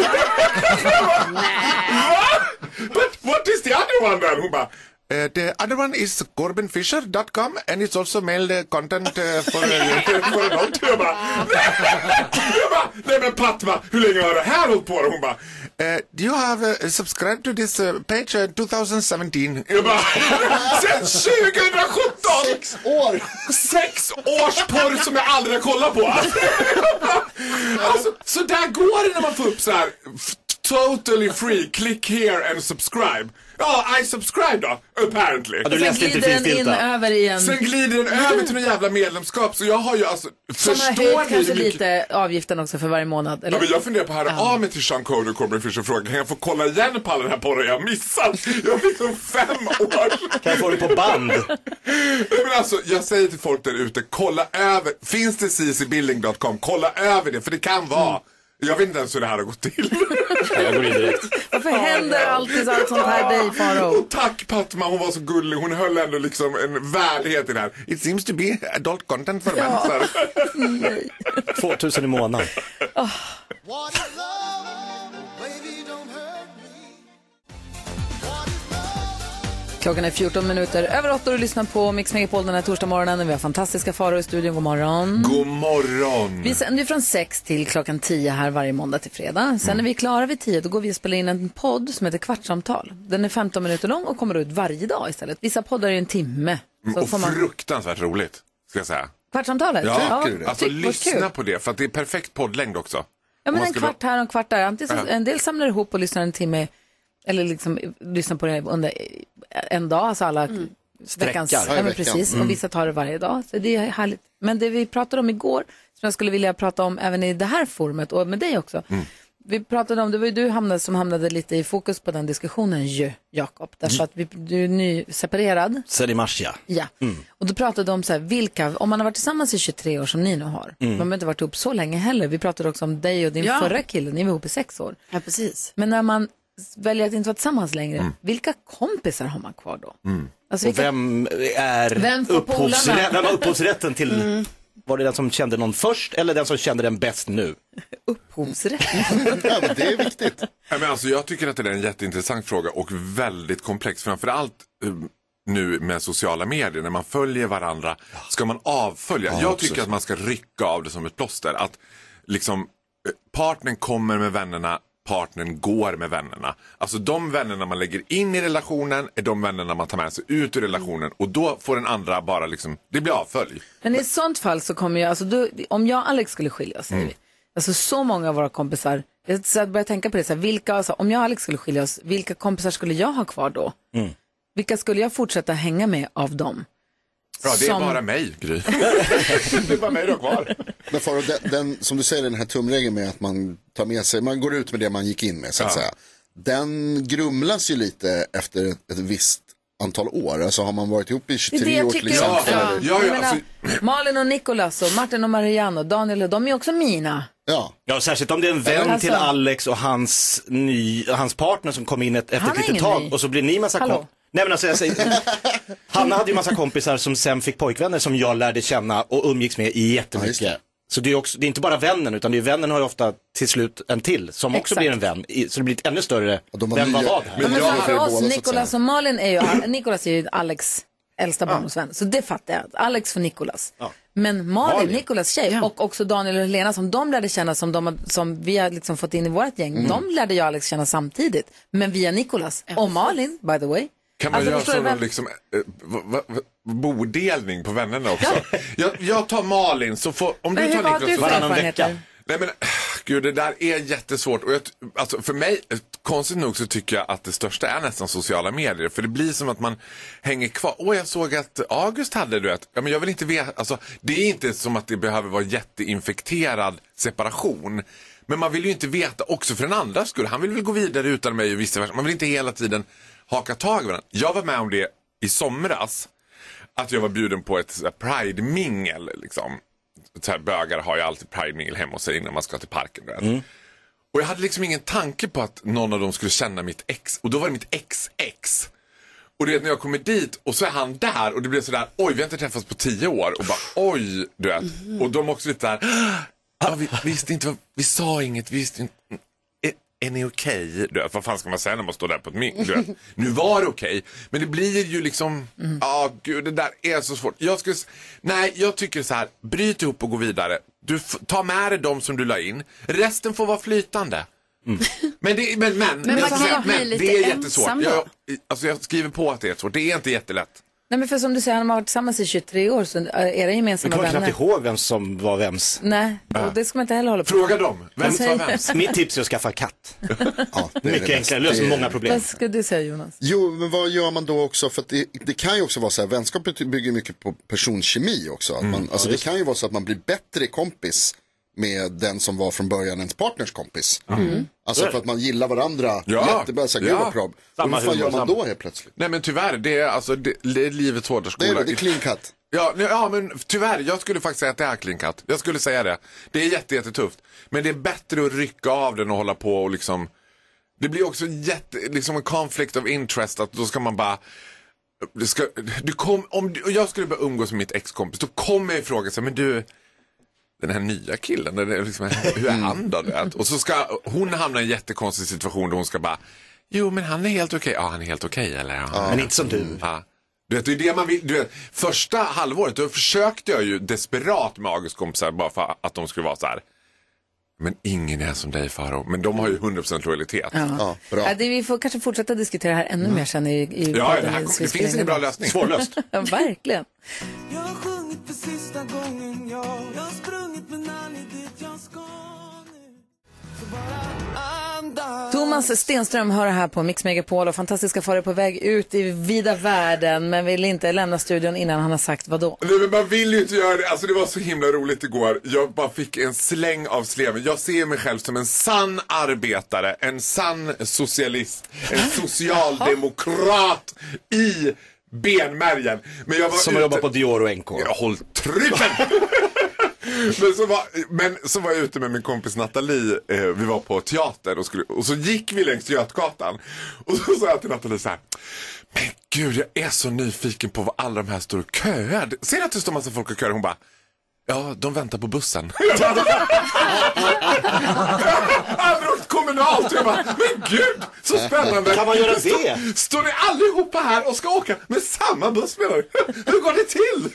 S14: But what is the other one then? Hon bara, Uh, the other one is corbinfisher.com and it's also mailed uh, content uh, for, uh, for adult. Jag bara, jag bara, nej men Patma, hur länge har det här hållit på? Hon bara, uh, you have uh, subscribed to this uh, page uh, 2017. Jag bara, sen 2017! Sex
S6: år!
S14: Sex års porr som jag aldrig har kollat på! alltså, så där går det när man får upp så här f- Totally free, click here and subscribe. Ja, I subscribe då, apparently.
S1: Ja, du läste Sen inte glider den finstilta. in över igen.
S14: Sen glider den över till något jävla medlemskap. Så jag har ju alltså,
S1: Som har höjt
S14: förstår ni
S1: kanske
S14: hur mycket...
S1: lite avgiften också för varje månad.
S14: Ja,
S1: Eller?
S14: men jag funderar på att höra av mig till Sean Cody och Corbin Fisher och fråga, kan jag få kolla igen på all den här porren jag har missat? Jag fick liksom fem år.
S2: Kan jag få det på band?
S14: Nej, men alltså, jag säger till folk där ute, kolla över, finns det ccbuilding.com, kolla över det, för det kan vara.
S1: Mm.
S14: Jag vet inte ens hur det här har gått till.
S2: jag går in direkt.
S1: Varför händer alltid allt sånt här dig, Faro?
S14: Och tack Patma, hon var så gullig. Hon höll ändå liksom en värdighet i det här. It seems to be adult content för män. så här.
S2: 2000 i månaden.
S1: Klockan är 14 minuter över 8 och du lyssnar på Mix Megapol den här torsdagsmorgonen. Vi har fantastiska faror i studion. God morgon.
S14: God morgon.
S1: Vi sänder ju från 6 till klockan 10 här varje måndag till fredag. Sen när vi är klara vid 10 då går vi och spelar in en podd som heter Kvartsamtal. Den är 15 minuter lång och kommer ut varje dag istället. Vissa poddar är ju en timme. Så
S14: Mm, Och
S1: får man...
S14: fruktansvärt roligt, ska jag säga.
S1: Kvartsamtalet?
S14: alltså
S1: tyck vad
S14: lyssna
S1: kul.
S14: på det, för att det är perfekt poddlängd också.
S1: Ja,
S14: Om
S1: men
S14: man
S1: en
S14: skulle-
S1: kvart här och en kvart där. Antingen så,
S14: Ja.
S1: en del samlar ihop och lyssnar en timme, eller liksom eh, lyssnar på det under eh, en dag, alltså alla mm.
S2: Sträckar.
S1: veckans. Ja, men
S2: Ja, i veckan.
S1: precis.
S2: Mm.
S1: Och vissa tar det varje dag. Så det är härligt. Men det vi pratade om igår, som jag skulle vilja prata om även i det här forumet och med dig också.
S4: Mm.
S1: Vi pratade om, det var ju du hamnade, som hamnade lite i fokus på den diskussionen ju, Jakob.
S3: Mm.
S1: Därför att vi, du är nyseparerad.
S2: Sen i mars ja.
S1: Ja.
S2: Mm.
S1: Och då pratade de om så här, vilka, om man har varit tillsammans i 23 år som ni nu har,
S2: Mm.
S1: man har inte varit ihop så länge heller. Vi pratade också om dig och din
S3: Ja.
S1: förra kille, ni var ihop i sex år.
S3: Ja, precis. Mm.
S1: Men när man s- väljer att inte vara tillsammans längre, vilka kompisar har man kvar då? Alltså,
S2: Mm. och
S1: vilka-
S2: vem är
S1: Vem får polarna?
S2: upphovsrätt, vem har upphovsrätten till?
S1: Mm.
S2: Var det den som kände någon först eller den som kände den bäst nu?
S1: Upphovsrätt?
S14: Nej, men alltså, jag tycker att det där är en jätteintressant fråga och väldigt komplex. Framförallt eh, nu med sociala medier, när man följer varandra. Ska man avfölja?
S2: Ja,
S14: jag
S2: absolut.
S14: tycker att man ska rycka av det som ett plåster. Att liksom, eh, partnern kommer med vännerna, partnern går med vännerna. Alltså de vännerna man lägger in i relationen är de vännerna man tar med sig ut ur relationen. Och då får den andra bara liksom, det blir avfölj.
S1: Men i sånt fall så kommer jag, alltså, då, om jag och Alex skulle skilja oss, säger
S14: Mm.
S1: vi. alltså så många av våra kompisar, jag så jag börjar tänka på det, så här, vilka, alltså, om jag och Alex skulle skilja oss, vilka kompisar skulle jag ha kvar då?
S14: Mm.
S1: Vilka skulle jag fortsätta hänga med av dem?
S14: Ja, det är
S1: Som-
S14: bara mig, Gry. det är bara mig du har kvar.
S6: Men Faro, den, den, som du säger, den här tumregeln med att man tar med sig, man går ut med det man gick in med så att
S14: Ja.
S6: säga. Den grumlas ju lite efter ett, ett visst antal år. Alltså har man varit ihop
S1: Det
S6: i
S1: är
S6: 23
S1: det
S6: år
S1: jag
S6: till
S1: tycker
S6: exempel.
S1: också. Jag menar,
S14: alltså-
S1: Malin och Nicolas och Martin och Marianne och Daniel och de är också mina.
S6: Ja.
S2: ja, särskilt om det är en vän
S1: Alltså-
S2: till Alex och hans, ny, hans partner som kom in ett, efter
S1: Han
S2: ett
S1: är
S2: litet
S1: ingen
S2: tag
S1: ny.
S2: och så blir ni massa
S1: Hallå?
S2: kompisar. Nej men alltså jag säger, Hanna hade ju massa kompisar som sen fick pojkvänner som jag lärde känna och umgicks med jättemycket. så det är, också, det är inte bara vännen utan det är, vännen har ju ofta till slut en till som också
S1: Exakt.
S2: blir en vän. i- Så det blir ett ännu större,
S6: var
S2: vem var
S6: nya-
S2: vad?
S1: Men men så för oss, Nicolas och Malin är ju, Nicolas är ju Alex äldsta barndomsvän, så det fattar jag. Alex för Nicolas. Men Malin,
S2: Malin.
S1: Nicolas tjej och också Daniel och Helena som de lärde känna som, de, som vi har liksom fått in i vårt gäng,
S2: Mm.
S1: de lärde jag och Alex känna samtidigt. Men via Nicolas och Malin, by the way.
S14: Kan man
S1: Alltså,
S14: göra
S1: förstår du
S14: sån
S1: väl?
S14: liksom, eh, va, va, va, bodelning på vännerna också? jag, jag tar Malin, så får, om
S1: Men
S14: du
S1: hur
S14: tar
S1: var
S14: Niklas
S1: du
S14: så
S1: för
S14: varannan
S1: erfarenheter?
S14: vecka. Nej men, eh, gud det där är jättesvårt. Och jag, t- alltså, för mig, eh, konstigt nog så tycker jag att det största är nästan sociala medier. För det blir som att man hänger kvar. Åh, jag såg att August hade du vet. Ja, men jag vill inte veta. Alltså, det är inte som att det behöver vara jätteinfekterad separation. Men man vill ju inte veta också för den andra skull. Han vill väl gå vidare utan mig och vice versa. Man vill inte hela tiden haka tag i varandra. Jag var med om det i somras att jag var bjuden på ett så här pride-mingel. Liksom. Så här, bögar har ju alltid pride-mingel hemma hos sig innan man ska till parken. du vet. Och jag hade liksom ingen tanke på att någon av dem skulle känna mitt ex. Och då var det mitt ex-ex. Och det är när jag kommer dit och så är han där och det blir sådär, oj vi har inte träffats på tio år. Och bara oj, du vet. Och de också lite där, "Ah, ja, vi visste inte, vad- vi sa inget, vi visste inte. Eh, är ni okej? Du vet, Vad fan ska man säga när man står där på ett mink? Du vet, nu var det okej, men det blir ju liksom, ja gud det där är så svårt. Jag skulle, s- nej, jag tycker så här, bryt ihop och gå vidare. Du f- ta med dig de som du la in, resten får vara flytande. Men, det, men, men,
S1: Men man
S14: så
S1: kan
S14: här,
S1: bli
S14: men
S1: lite
S14: det är jättesvårt.
S1: ensam då.
S14: Jag, alltså jag skriver på att det är svårt, det är inte jättelätt.
S1: Nej, men för som du säger, han har varit tillsammans i 23 år, så eh, era
S2: Jag
S1: gemensamma
S2: kommer
S1: vänner.
S2: knappt ihåg vem som var vems.
S1: Nej, Alltså- och det ska man inte heller hålla på
S14: Fråga dem.
S1: Vad säger-
S2: Mitt tips är att skaffa katt.
S6: det är
S2: Mycket
S6: det
S2: enklare,
S6: bästa.
S2: löser
S6: Det är-
S2: många problem.
S1: Vad skulle du säga Jonas?
S6: Jo, men vad gör man då också? För att det, det kan ju också vara så här, vänskap bygger mycket på personkemi också.
S14: Mm.
S6: Att man, alltså, det kan ju vara så att man blir bättre kompis med den som var från början ens partners kompis.
S14: Mm.
S6: Alltså för att man gillar varandra
S14: Ja,
S6: jättebra. Så här, gud
S14: ja.
S6: vad bra. Och
S14: Samma
S6: vad fan
S14: humor,
S6: gör man
S14: samma-
S6: då helt plötsligt?
S14: Nej men tyvärr, det är, alltså, det, det är livets hårda skola.
S6: det, det är clean cut.
S14: Ja, nej, ja, men tyvärr, jag skulle faktiskt säga att det är clean cut. Jag skulle säga det. Det är jätte, jättetufft. Men det är bättre att rycka av den och hålla på och liksom. Det blir också jätte, liksom en conflict of interest att då ska man bara. Du ska, du kom, om du, och jag skulle börja umgås med mitt ex-kompis, då kommer jag fråga sig, men du. Den här nya killen, den är liksom, hur är han då? du vet? Och så ska hon hamna i en jättekonstig situation där hon ska bara, jo men han är helt okej, ja han är helt okej eller? Ja,
S2: Men inte som du.
S14: Ja. Du vet, det är det man vill, du vet, första halvåret då försökte jag ju desperat med Augusts kompisar bara för att de skulle vara så här. Men ingen är som dig Faro. Men de har ju 100% lojalitet.
S1: Ja. Ja, det, vi får kanske fortsätta diskutera det här ännu mer sen i, i
S14: Mm. Ja,
S1: podden
S14: det, här,
S1: när
S14: kom-
S1: vi spelar
S14: det finns
S1: in
S14: ingen bra
S1: idag.
S14: lösning.
S1: ja, verkligen.
S15: Jag har sjungit för sista gången, jag Jag har sprungit men aldrig dit jag ska nu Så bara andas
S1: Thomas Stenström hör här på Mix Megapol och fantastiska faror på väg ut i vida världen men vill inte lämna studion innan han har sagt vad då.
S14: Nej, men man vill ju inte göra det. Alltså det var så himla roligt igår. Jag bara fick en släng av sleven. Jag ser mig själv som en sann arbetare, en sann socialist, en socialdemokrat i benmärgen. Men jag var
S2: Som
S14: ute...
S2: har jobbat på Dior och NK.
S14: Håll tryppen! men, så var, men så var jag ute med min kompis Nathalie, eh, vi var på teater och, skulle, och så gick vi längs Götgatan. Och så sa jag till Nathalie så här, men gud jag är så nyfiken på vad alla de här står och köar. Ser du att det står massa folk och köar? Hon bara, ja de väntar på bussen. Jag bara, Aldrig åkt kommunalt. Jag bara, men gud så spännande.
S2: Kan man göra det?
S14: Står, står ni allihopa här och ska åka med samma buss menar du? Hur går det till?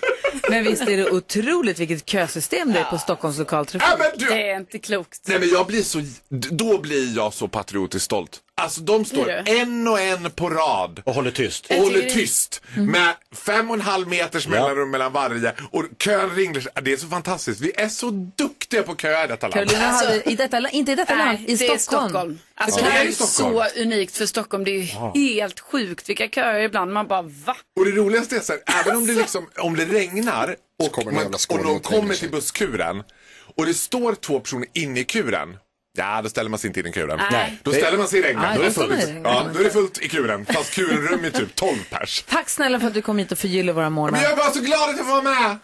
S1: Men visst är det otroligt vilket kösystem det är på Stockholms lokaltrafik.
S14: Äh,
S3: Det är inte klokt.
S14: Nej men jag blir så, då blir jag så patriotiskt stolt. Alltså de står
S3: Är du?
S14: en och en på rad.
S2: Och håller tyst.
S14: Och
S3: Jag
S14: håller
S3: tycker det är-
S14: tyst. Med fem och en halv meters mellanrum mellan varje. Och kön ringlar. sig. Det är så fantastiskt. Vi är så duktiga på köer i detta land. Alltså,
S1: Carolina hade, Alltså, i detta, la- inte i detta
S3: Nej,
S1: land, i
S3: det är
S1: Stockholm.
S3: Stockholm. Alltså,
S1: Ja.
S3: Det här
S14: Det är
S3: är
S14: Stockholm.
S3: så unikt för Stockholm. Det är ju
S14: Ja.
S3: helt sjukt vilka köer ibland. Man bara va?
S14: Och det roligaste är så här, även om det, liksom, om det regnar och,
S6: kommer den
S14: man,
S6: jävla
S14: och
S6: skålen
S14: någon
S6: och tränger
S14: kommer
S6: sig.
S14: till busskuren och det står två personer inne i kuren. Ja, då ställer man sig inte in i kuren.
S1: Nej.
S14: Då ställer man sig i
S1: Nej,
S14: regnet.
S1: då ställer man sig i regnet.
S14: Ja, då är det fullt i kuren. Fast kurenrum är typ 12 pers.
S1: Tack snälla för att du kom hit och förgyller våra morgnar.
S14: Men jag är bara så glad att jag får vara med!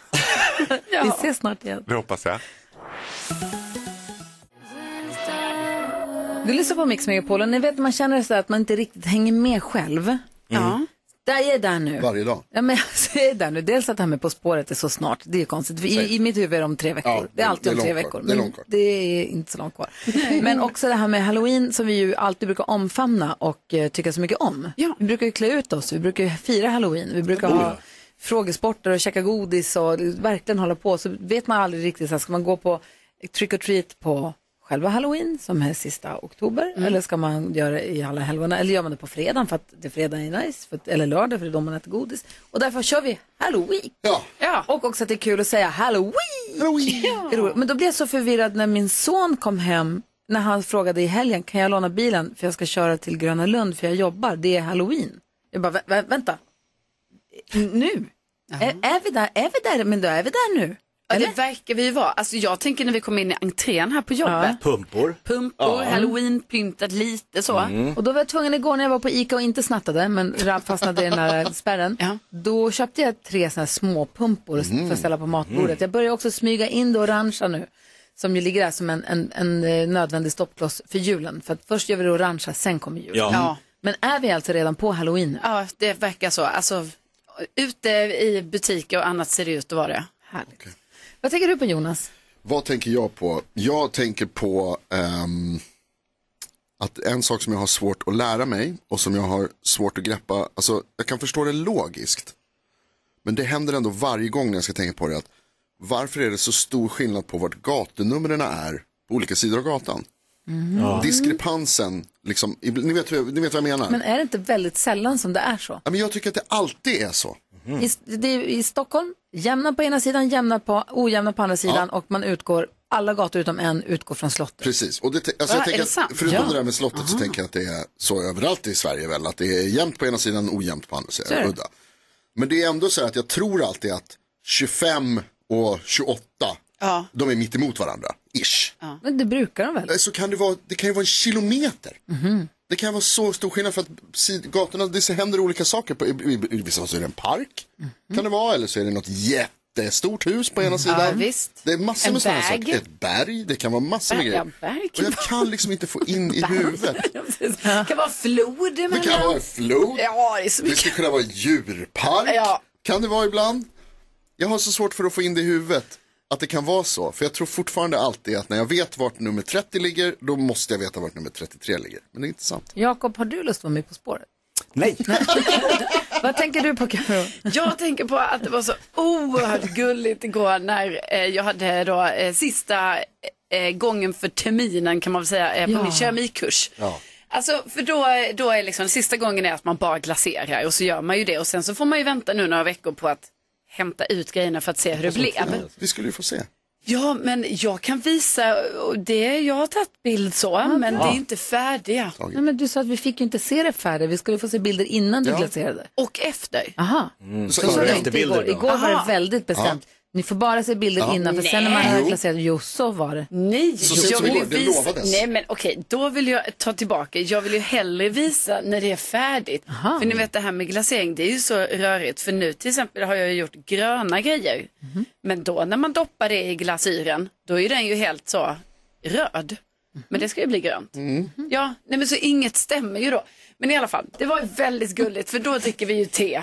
S1: Vi ses snart igen.
S14: Det hoppas jag.
S1: Du lyssnar på Mix Megapol och ni vet man känner så att man inte riktigt hänger med själv. Ja. Där jag är där nu.
S6: Mm. Varje dag.
S1: Ja, men alltså, jag är där nu. Dels att det här med På spåret är så snart, det är ju konstigt. För I,
S6: Säg.
S1: I mitt huvud är det om tre veckor.
S6: Ja,
S1: det är alltid
S6: det är
S1: om tre
S6: långt
S1: veckor.
S6: kvar. Det är
S1: men
S6: långt kvar.
S1: det är inte så långt kvar. men också det här med halloween som vi ju alltid brukar omfamna och eh, tycka så mycket om. Vi brukar ju klä ut oss, vi brukar ju fira halloween, vi brukar
S16: Oh,
S1: ha
S16: ja.
S1: frågesporter och käka godis och verkligen hålla på. Så vet man aldrig riktigt, så här, ska man gå på trick or treat på själva halloween som är sista oktober eller ska man göra det i alla helgona eller gör man det på fredagen för att det fredag är nice för att, eller lördag för det är då man äter godis och därför kör vi halloween.
S6: Ja.
S1: Och också att det är kul att säga halloween.
S6: halloween.
S1: Men då blev jag så förvirrad när min son kom hem när han frågade i helgen kan jag låna bilen för jag ska köra till Gröna Lund för jag jobbar, det är halloween. Jag bara, "Vä- vä- vänta, nu? Är, är vi där? Är vi där? Men då är vi där nu.
S3: Ja, det verkar vi ju vara. Alltså, jag tänker när vi kom in i entrén här på jobbet.
S2: Pumpor.
S3: Pumpor,
S2: Ja.
S3: halloweenpyntat lite så.
S2: Mm.
S1: Och då var jag tvungen igår när jag var på ICA och inte snattade, men ra- fastnade i den här spärren. Då köpte jag tre sådana här småpumpor mm. för att ställa på matbordet.
S16: Mm.
S1: Jag börjar också smyga in det orangea nu, som ju ligger där som en, en, en eh, nödvändig stoppkloss för julen. För att först gör vi det orangea, sen kommer julen.
S3: Ja. Ja.
S1: Men är vi alltså redan på halloween nu?
S3: Ja, det verkar så. Alltså, ute i butiker och annat ser det ut att vara det.
S1: Härligt. Vad tänker du på Jonas?
S6: Vad tänker jag på? Jag tänker på ehm, att en sak som jag har svårt att lära mig och som jag har svårt att greppa, alltså jag kan förstå det logiskt. Men det händer ändå varje gång när jag ska tänka på det att varför är det så stor skillnad på vart gatunumren är på olika sidor av gatan?
S1: Mhm. Ja.
S6: Diskrepansen, liksom, ibl- ni, vet, hur- ni vet vad jag menar?
S1: Men är det inte väldigt sällan som det är så?
S6: Ja, men jag tycker att det alltid är så.
S1: I, det är, I Stockholm, jämna på ena sidan, jämna på, ojämna på andra sidan och man utgår, alla gator utom en utgår från slottet.
S6: Precis, och det, te- alltså
S1: Va,
S6: jag
S1: är
S6: tänker
S1: det sant?
S6: att, förutom
S1: Ja.
S6: det där med slottet så tänker jag att det är så överallt i Sverige väl, att det är jämnt på ena sidan och ojämnt på andra
S1: Så är
S6: sidan.
S1: det.
S6: Udda. Men det är ändå så här att jag tror alltid att 25 och 28,
S3: Ja.
S6: de är mitt emot varandra, ish. Eh,
S1: Men det brukar de väl?
S6: Så kan det, vara, det kan ju vara en kilometer. Det kan vara så stor skillnad för att sid- gatorna, det så händer olika saker. På, i, i, I vissa fall så är det en park, kan det vara, eller så är det något jättestort hus på ena sidan.
S3: Mhm. Ja, visst.
S6: Det är massor
S3: En
S6: med sådana
S3: väg.
S6: saker. Ett berg, det kan vara massor med
S3: Berg,
S6: grejer.
S3: ja, berg
S6: Och jag kan liksom inte få in i huvudet.
S3: Det kan vara flod
S6: Det
S3: emellan.
S6: kan vara en flod,
S3: Ja, det är så
S6: det
S3: mycket.
S6: skulle kunna vara en djurpark, kan det vara ibland. Jag har så svårt för att få in det i huvudet. Att det kan vara så, för jag tror fortfarande alltid att när jag vet vart nummer 30 ligger, då måste jag veta vart nummer 33 ligger. Men det är inte sant.
S1: Jakob, har du lust att vara med På spåret?
S2: Nej.
S1: Vad tänker du på Karo?
S3: Jag tänker på att det var så oerhört gulligt igår när eh, jag hade då eh, sista eh, gången för terminen kan man väl säga eh, på
S16: Ja.
S3: min keramikkurs.
S16: Ja.
S3: Alltså för då, då är liksom sista gången är att man bara glaserar och så gör man ju det och sen så får man ju vänta nu några veckor på att hämta ut grejerna för att se hur det blev.
S6: Vi skulle ju få se.
S3: Ja men jag kan visa, och det, jag har tagit bild så men
S1: bra.
S3: det är inte färdiga.
S1: Nej, men du sa att vi fick ju inte se det färdigt, vi skulle få se bilder innan du
S3: Ja.
S1: glaserade.
S3: Och efter.
S1: Aha.
S2: Mm,
S1: Så
S2: före-
S1: sa du inte
S2: efterbilder
S1: igår.
S2: då.
S1: Igår var
S3: Aha.
S1: det väldigt bestämt. Ni får bara se bilder
S2: Ja.
S1: innan, för sen när man
S3: Nej.
S1: har
S3: Jo.
S1: glaserat, jo så var det.
S3: Nej,
S1: Så sent
S3: jag
S1: som
S3: vill ju
S1: igår, det
S3: visa.
S1: lovades.
S3: Nej, men okej, då vill jag ta tillbaka. Jag vill ju hellre visa när det är färdigt. För ni vet det här med glasering, det är ju så rörigt. För nu till exempel har jag ju gjort gröna grejer. Men då när man doppar det i glasyren, då är den ju helt så röd. Men det ska ju bli grönt.
S2: Mm.
S3: Ja, nej men så inget stämmer ju då. Men i alla fall, det var ju väldigt gulligt för då dricker vi ju te.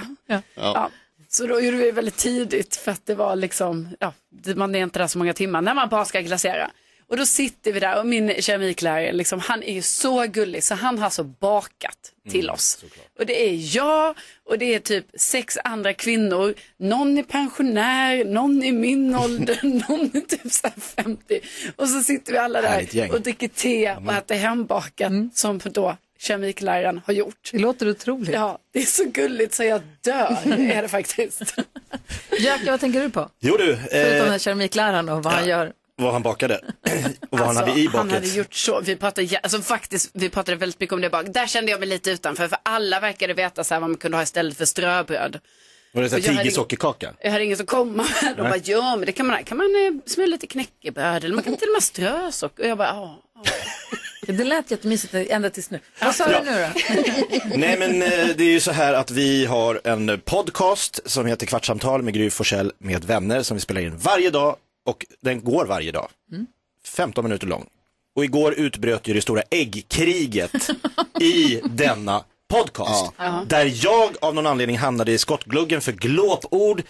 S3: Ja. Så då gjorde vi väldigt tidigt för att det var liksom, ja, det- man är inte där så många timmar när man bara ska glasera. Och då sitter vi där och min keramiklärare, liksom, han är ju så gullig så han har så bakat till
S16: Mm,
S3: oss. Och det är jag och det är typ sex andra kvinnor, någon är pensionär, någon är min ålder, någon är typ så här 50. Och så sitter vi alla
S1: Härligt gäng.
S3: där och dricker te och äter hembakat som då keramikläraren har gjort.
S1: Mm. Det låter otroligt.
S3: Ja, det är så gulligt så jag dör, är det faktiskt.
S1: Jöke, vad tänker du på?
S2: Jo du,
S1: Förutom den här
S2: eh,
S1: keramikläraren och vad han gör.
S2: vad han bakade och Eh, vad han hade i
S3: Alltså, han hade
S2: baket.
S3: gjort så. Vi pratade, jä- alltså faktiskt, vi pratade väldigt mycket om det bak. Där kände jag mig lite utanför, för alla verkade veta så här vad man kunde ha istället för ströbröd.
S2: Var det så här
S3: Och jag hade-
S2: tiger sockerkaka?
S3: Jag hade ingen som komma med. De
S2: Nej.
S3: bara, ja men det kan man, kan man eh, smula lite knäckebröd eller man kan till och med strö socker. Och jag bara, ja.
S1: Det lät jättemysigt ända tills nu. Vad sa
S2: Ja.
S1: du nu då?
S2: Nej men eh, det är ju så här att vi har en podcast som heter Kvartsamtal med Gry Forssell med vänner som vi spelar in varje dag och den går varje dag.
S3: Mm.
S2: 15 minuter lång. Och igår utbröt ju det stora äggkriget i denna podcast.
S16: Ja.
S2: Där jag av någon anledning hamnade i skottgluggen för glåpord.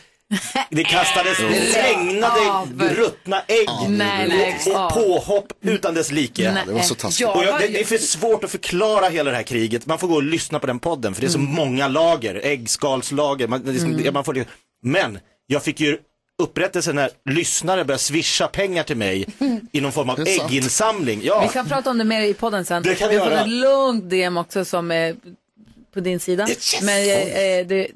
S2: Det kastades, det regnade ruttna ägg
S16: Nej, nej,
S2: och
S16: av.
S2: påhopp utan dess like.
S16: Ja, det var så taskigt.
S2: Och jag,
S16: Jag-
S2: det, det är för svårt att förklara hela det här kriget. Man får gå och lyssna på den podden för det är så många lager, äggskalslager. Man, det är liksom,
S16: Mm.
S2: det- man får, det- men jag fick ju upprättelse när lyssnare började swisha pengar till mig i någon form av
S1: Det är sant.
S2: ägginsamling.
S1: Vi
S2: Ja.
S1: kan prata om det mer i podden sen.
S2: Det kan vi
S1: vi har
S2: göra.
S1: fått ett långt DM också som är på din sida. Men eh, eh, det,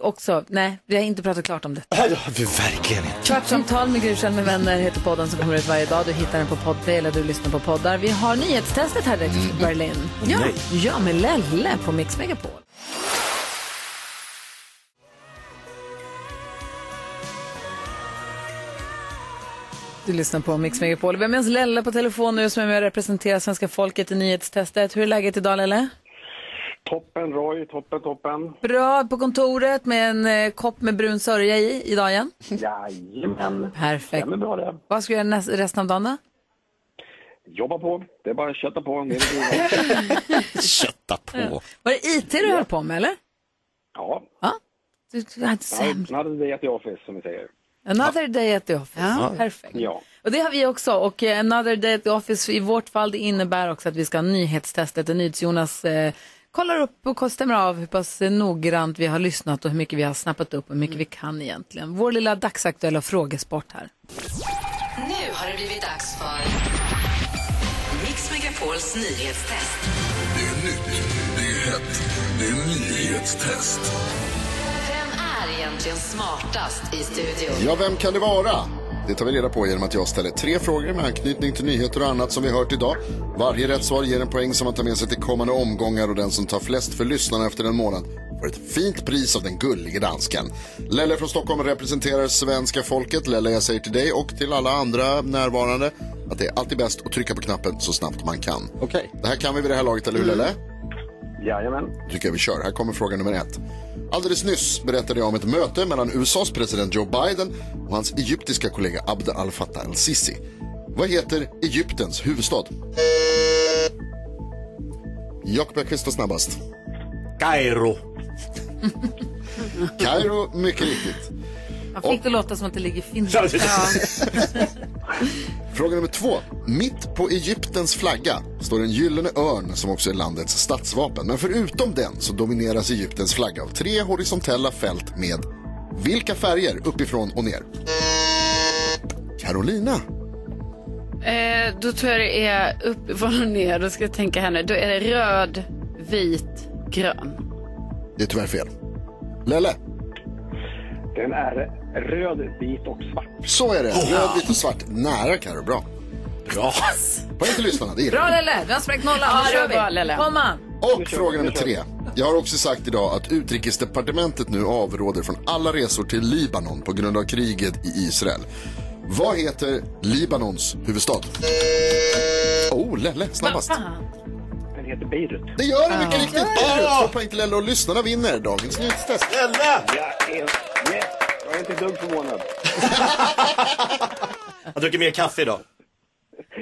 S1: också, nej, vi har inte pratat klart om det.
S2: Ja, det har vi verkligen inte.
S1: Kvartsamtal med Gry Forssell med vänner heter podden som kommer ut varje dag. Du hittar den på Podplay eller du lyssnar på poddar. Vi har nyhetstestet här direkt från Berlin. Ja,
S16: Nej.
S1: ja, med Lelle på Mix Megapol. Du lyssnar på Mix Megapol. Vi har med oss Lelle på telefon nu som är med och representerar svenska folket i nyhetstestet. Hur är läget idag Lelle?
S17: Toppen Roy, toppen, toppen.
S1: Bra på kontoret med en eh, kopp med brun sörja i idag igen.
S17: Jajamän.
S1: Perfekt.
S17: Ja, men bra det.
S1: Vad ska du göra näst, resten av dagen då?
S17: Jobba på, det är bara att kötta på. ner i gruvan.
S2: Kötta på.
S1: Var det IT du höll på med eller?
S17: Ja,
S1: Du, du hade
S17: sen
S1: sämre.
S17: hade vi ett i Office som vi säger.
S1: Another day at the office.
S15: Ja.
S1: Perfekt.
S15: Ja.
S1: Och det har vi också. Och eh, another day at the office i vårt fall det innebär också att vi ska ha nyhetstestet. Och NyhetsJonas eh, kollar upp och stämmer av hur pass eh, noggrant vi har lyssnat och hur mycket vi har snappat upp och hur mycket vi kan egentligen. Vår lilla dagsaktuella frågesport här.
S8: Nu har det blivit dags för Mix Megapols nyhetstest.
S7: Det är nytt, det är hett, det är nyhetstest.
S8: Vem är egentligen smartast i studion?
S6: Ja, vem kan det vara? Det tar vi reda på genom att jag ställer tre frågor med anknytning till nyheter och annat som vi hört idag. Varje rätt svar ger en poäng som man tar med sig till kommande omgångar och den som tar flest för lyssnarna efter en månad får ett fint pris av den gullige dansken. Lelle från Stockholm representerar svenska folket. Lelle, jag säger till dig och till alla andra närvarande att det är alltid bäst att trycka på knappen så snabbt man kan.
S16: Okej.
S6: Det här kan vi vid det här laget, eller hur Lelle?
S17: Jajamän.
S6: tycker jag vi kör. Här kommer fråga nummer ett. Alldeles nyss berättade jag om ett möte mellan USAs president Joe Biden och hans egyptiska kollega Abd al-Fattah al-Sisi. Vad heter Egyptens huvudstad? Jakob Ekqvist var snabbast.
S2: Kairo.
S6: Kairo, mycket riktigt.
S1: Han fick det låta som att det ligger i Finland.
S6: Ja. Fråga nummer två. Mitt på Egyptens flagga står en gyllene örn som också är landets statsvapen. Men förutom den så domineras Egyptens flagga av tre horisontella fält med vilka färger uppifrån och ner? Carolina.
S3: Eh, då tror jag det är uppifrån och ner. Då ska jag tänka här nu. Då är det röd, vit, grön.
S6: Det är tyvärr fel. Lelle.
S17: Den är röd, vit och svart.
S6: Så är det.
S17: Oh.
S6: Röd, vit och svart. Nära Carro. Bra. Bra. Poäng till lyssnarna. Det gillar
S1: Bra
S6: vi.
S1: Lelle, du har spräckt nollan.
S3: Ja,
S1: nu
S3: det var
S1: kör
S3: bra,
S1: vi.
S3: Lelle.
S1: Kom an.
S6: Och fråga nummer tre. Jag har också sagt idag att utrikesdepartementet nu avråder från alla resor till Libanon på grund av kriget i Israel. Vad heter Libanons huvudstad? Oh, Lelle, snabbast.
S17: Den heter Beirut.
S6: Det gör det mycket
S17: Ja.
S6: riktigt. Beirut. Två poäng till Lelle och lyssnarna vinner dagens nyhetstest.
S2: Lelle!
S17: Jag är, nej, jag är inte ett dugg förvånad.
S2: Jag dricker mer kaffe idag.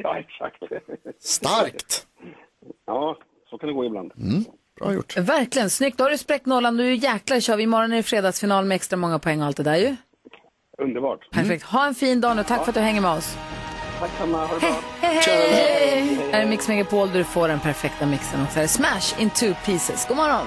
S17: Ja, exakt.
S6: Starkt! Mm.
S17: Ja, så kan det gå ibland.
S6: Bra gjort.
S1: Verkligen, snyggt. Då har du spräckt nollan. Nu jäklar kör vi. Imorgon är det fredagsfinal med extra många poäng och allt det där
S6: Mm.
S1: ju.
S17: Underbart.
S1: Perfekt. Ha en fin dag nu. Tack för att du hänger med oss.
S17: Tack samma. Ha det bra.
S1: Hej, hej! Här är Mix Megapol där du får den perfekta mixen. Och så här är Smash in two pieces. God morgon!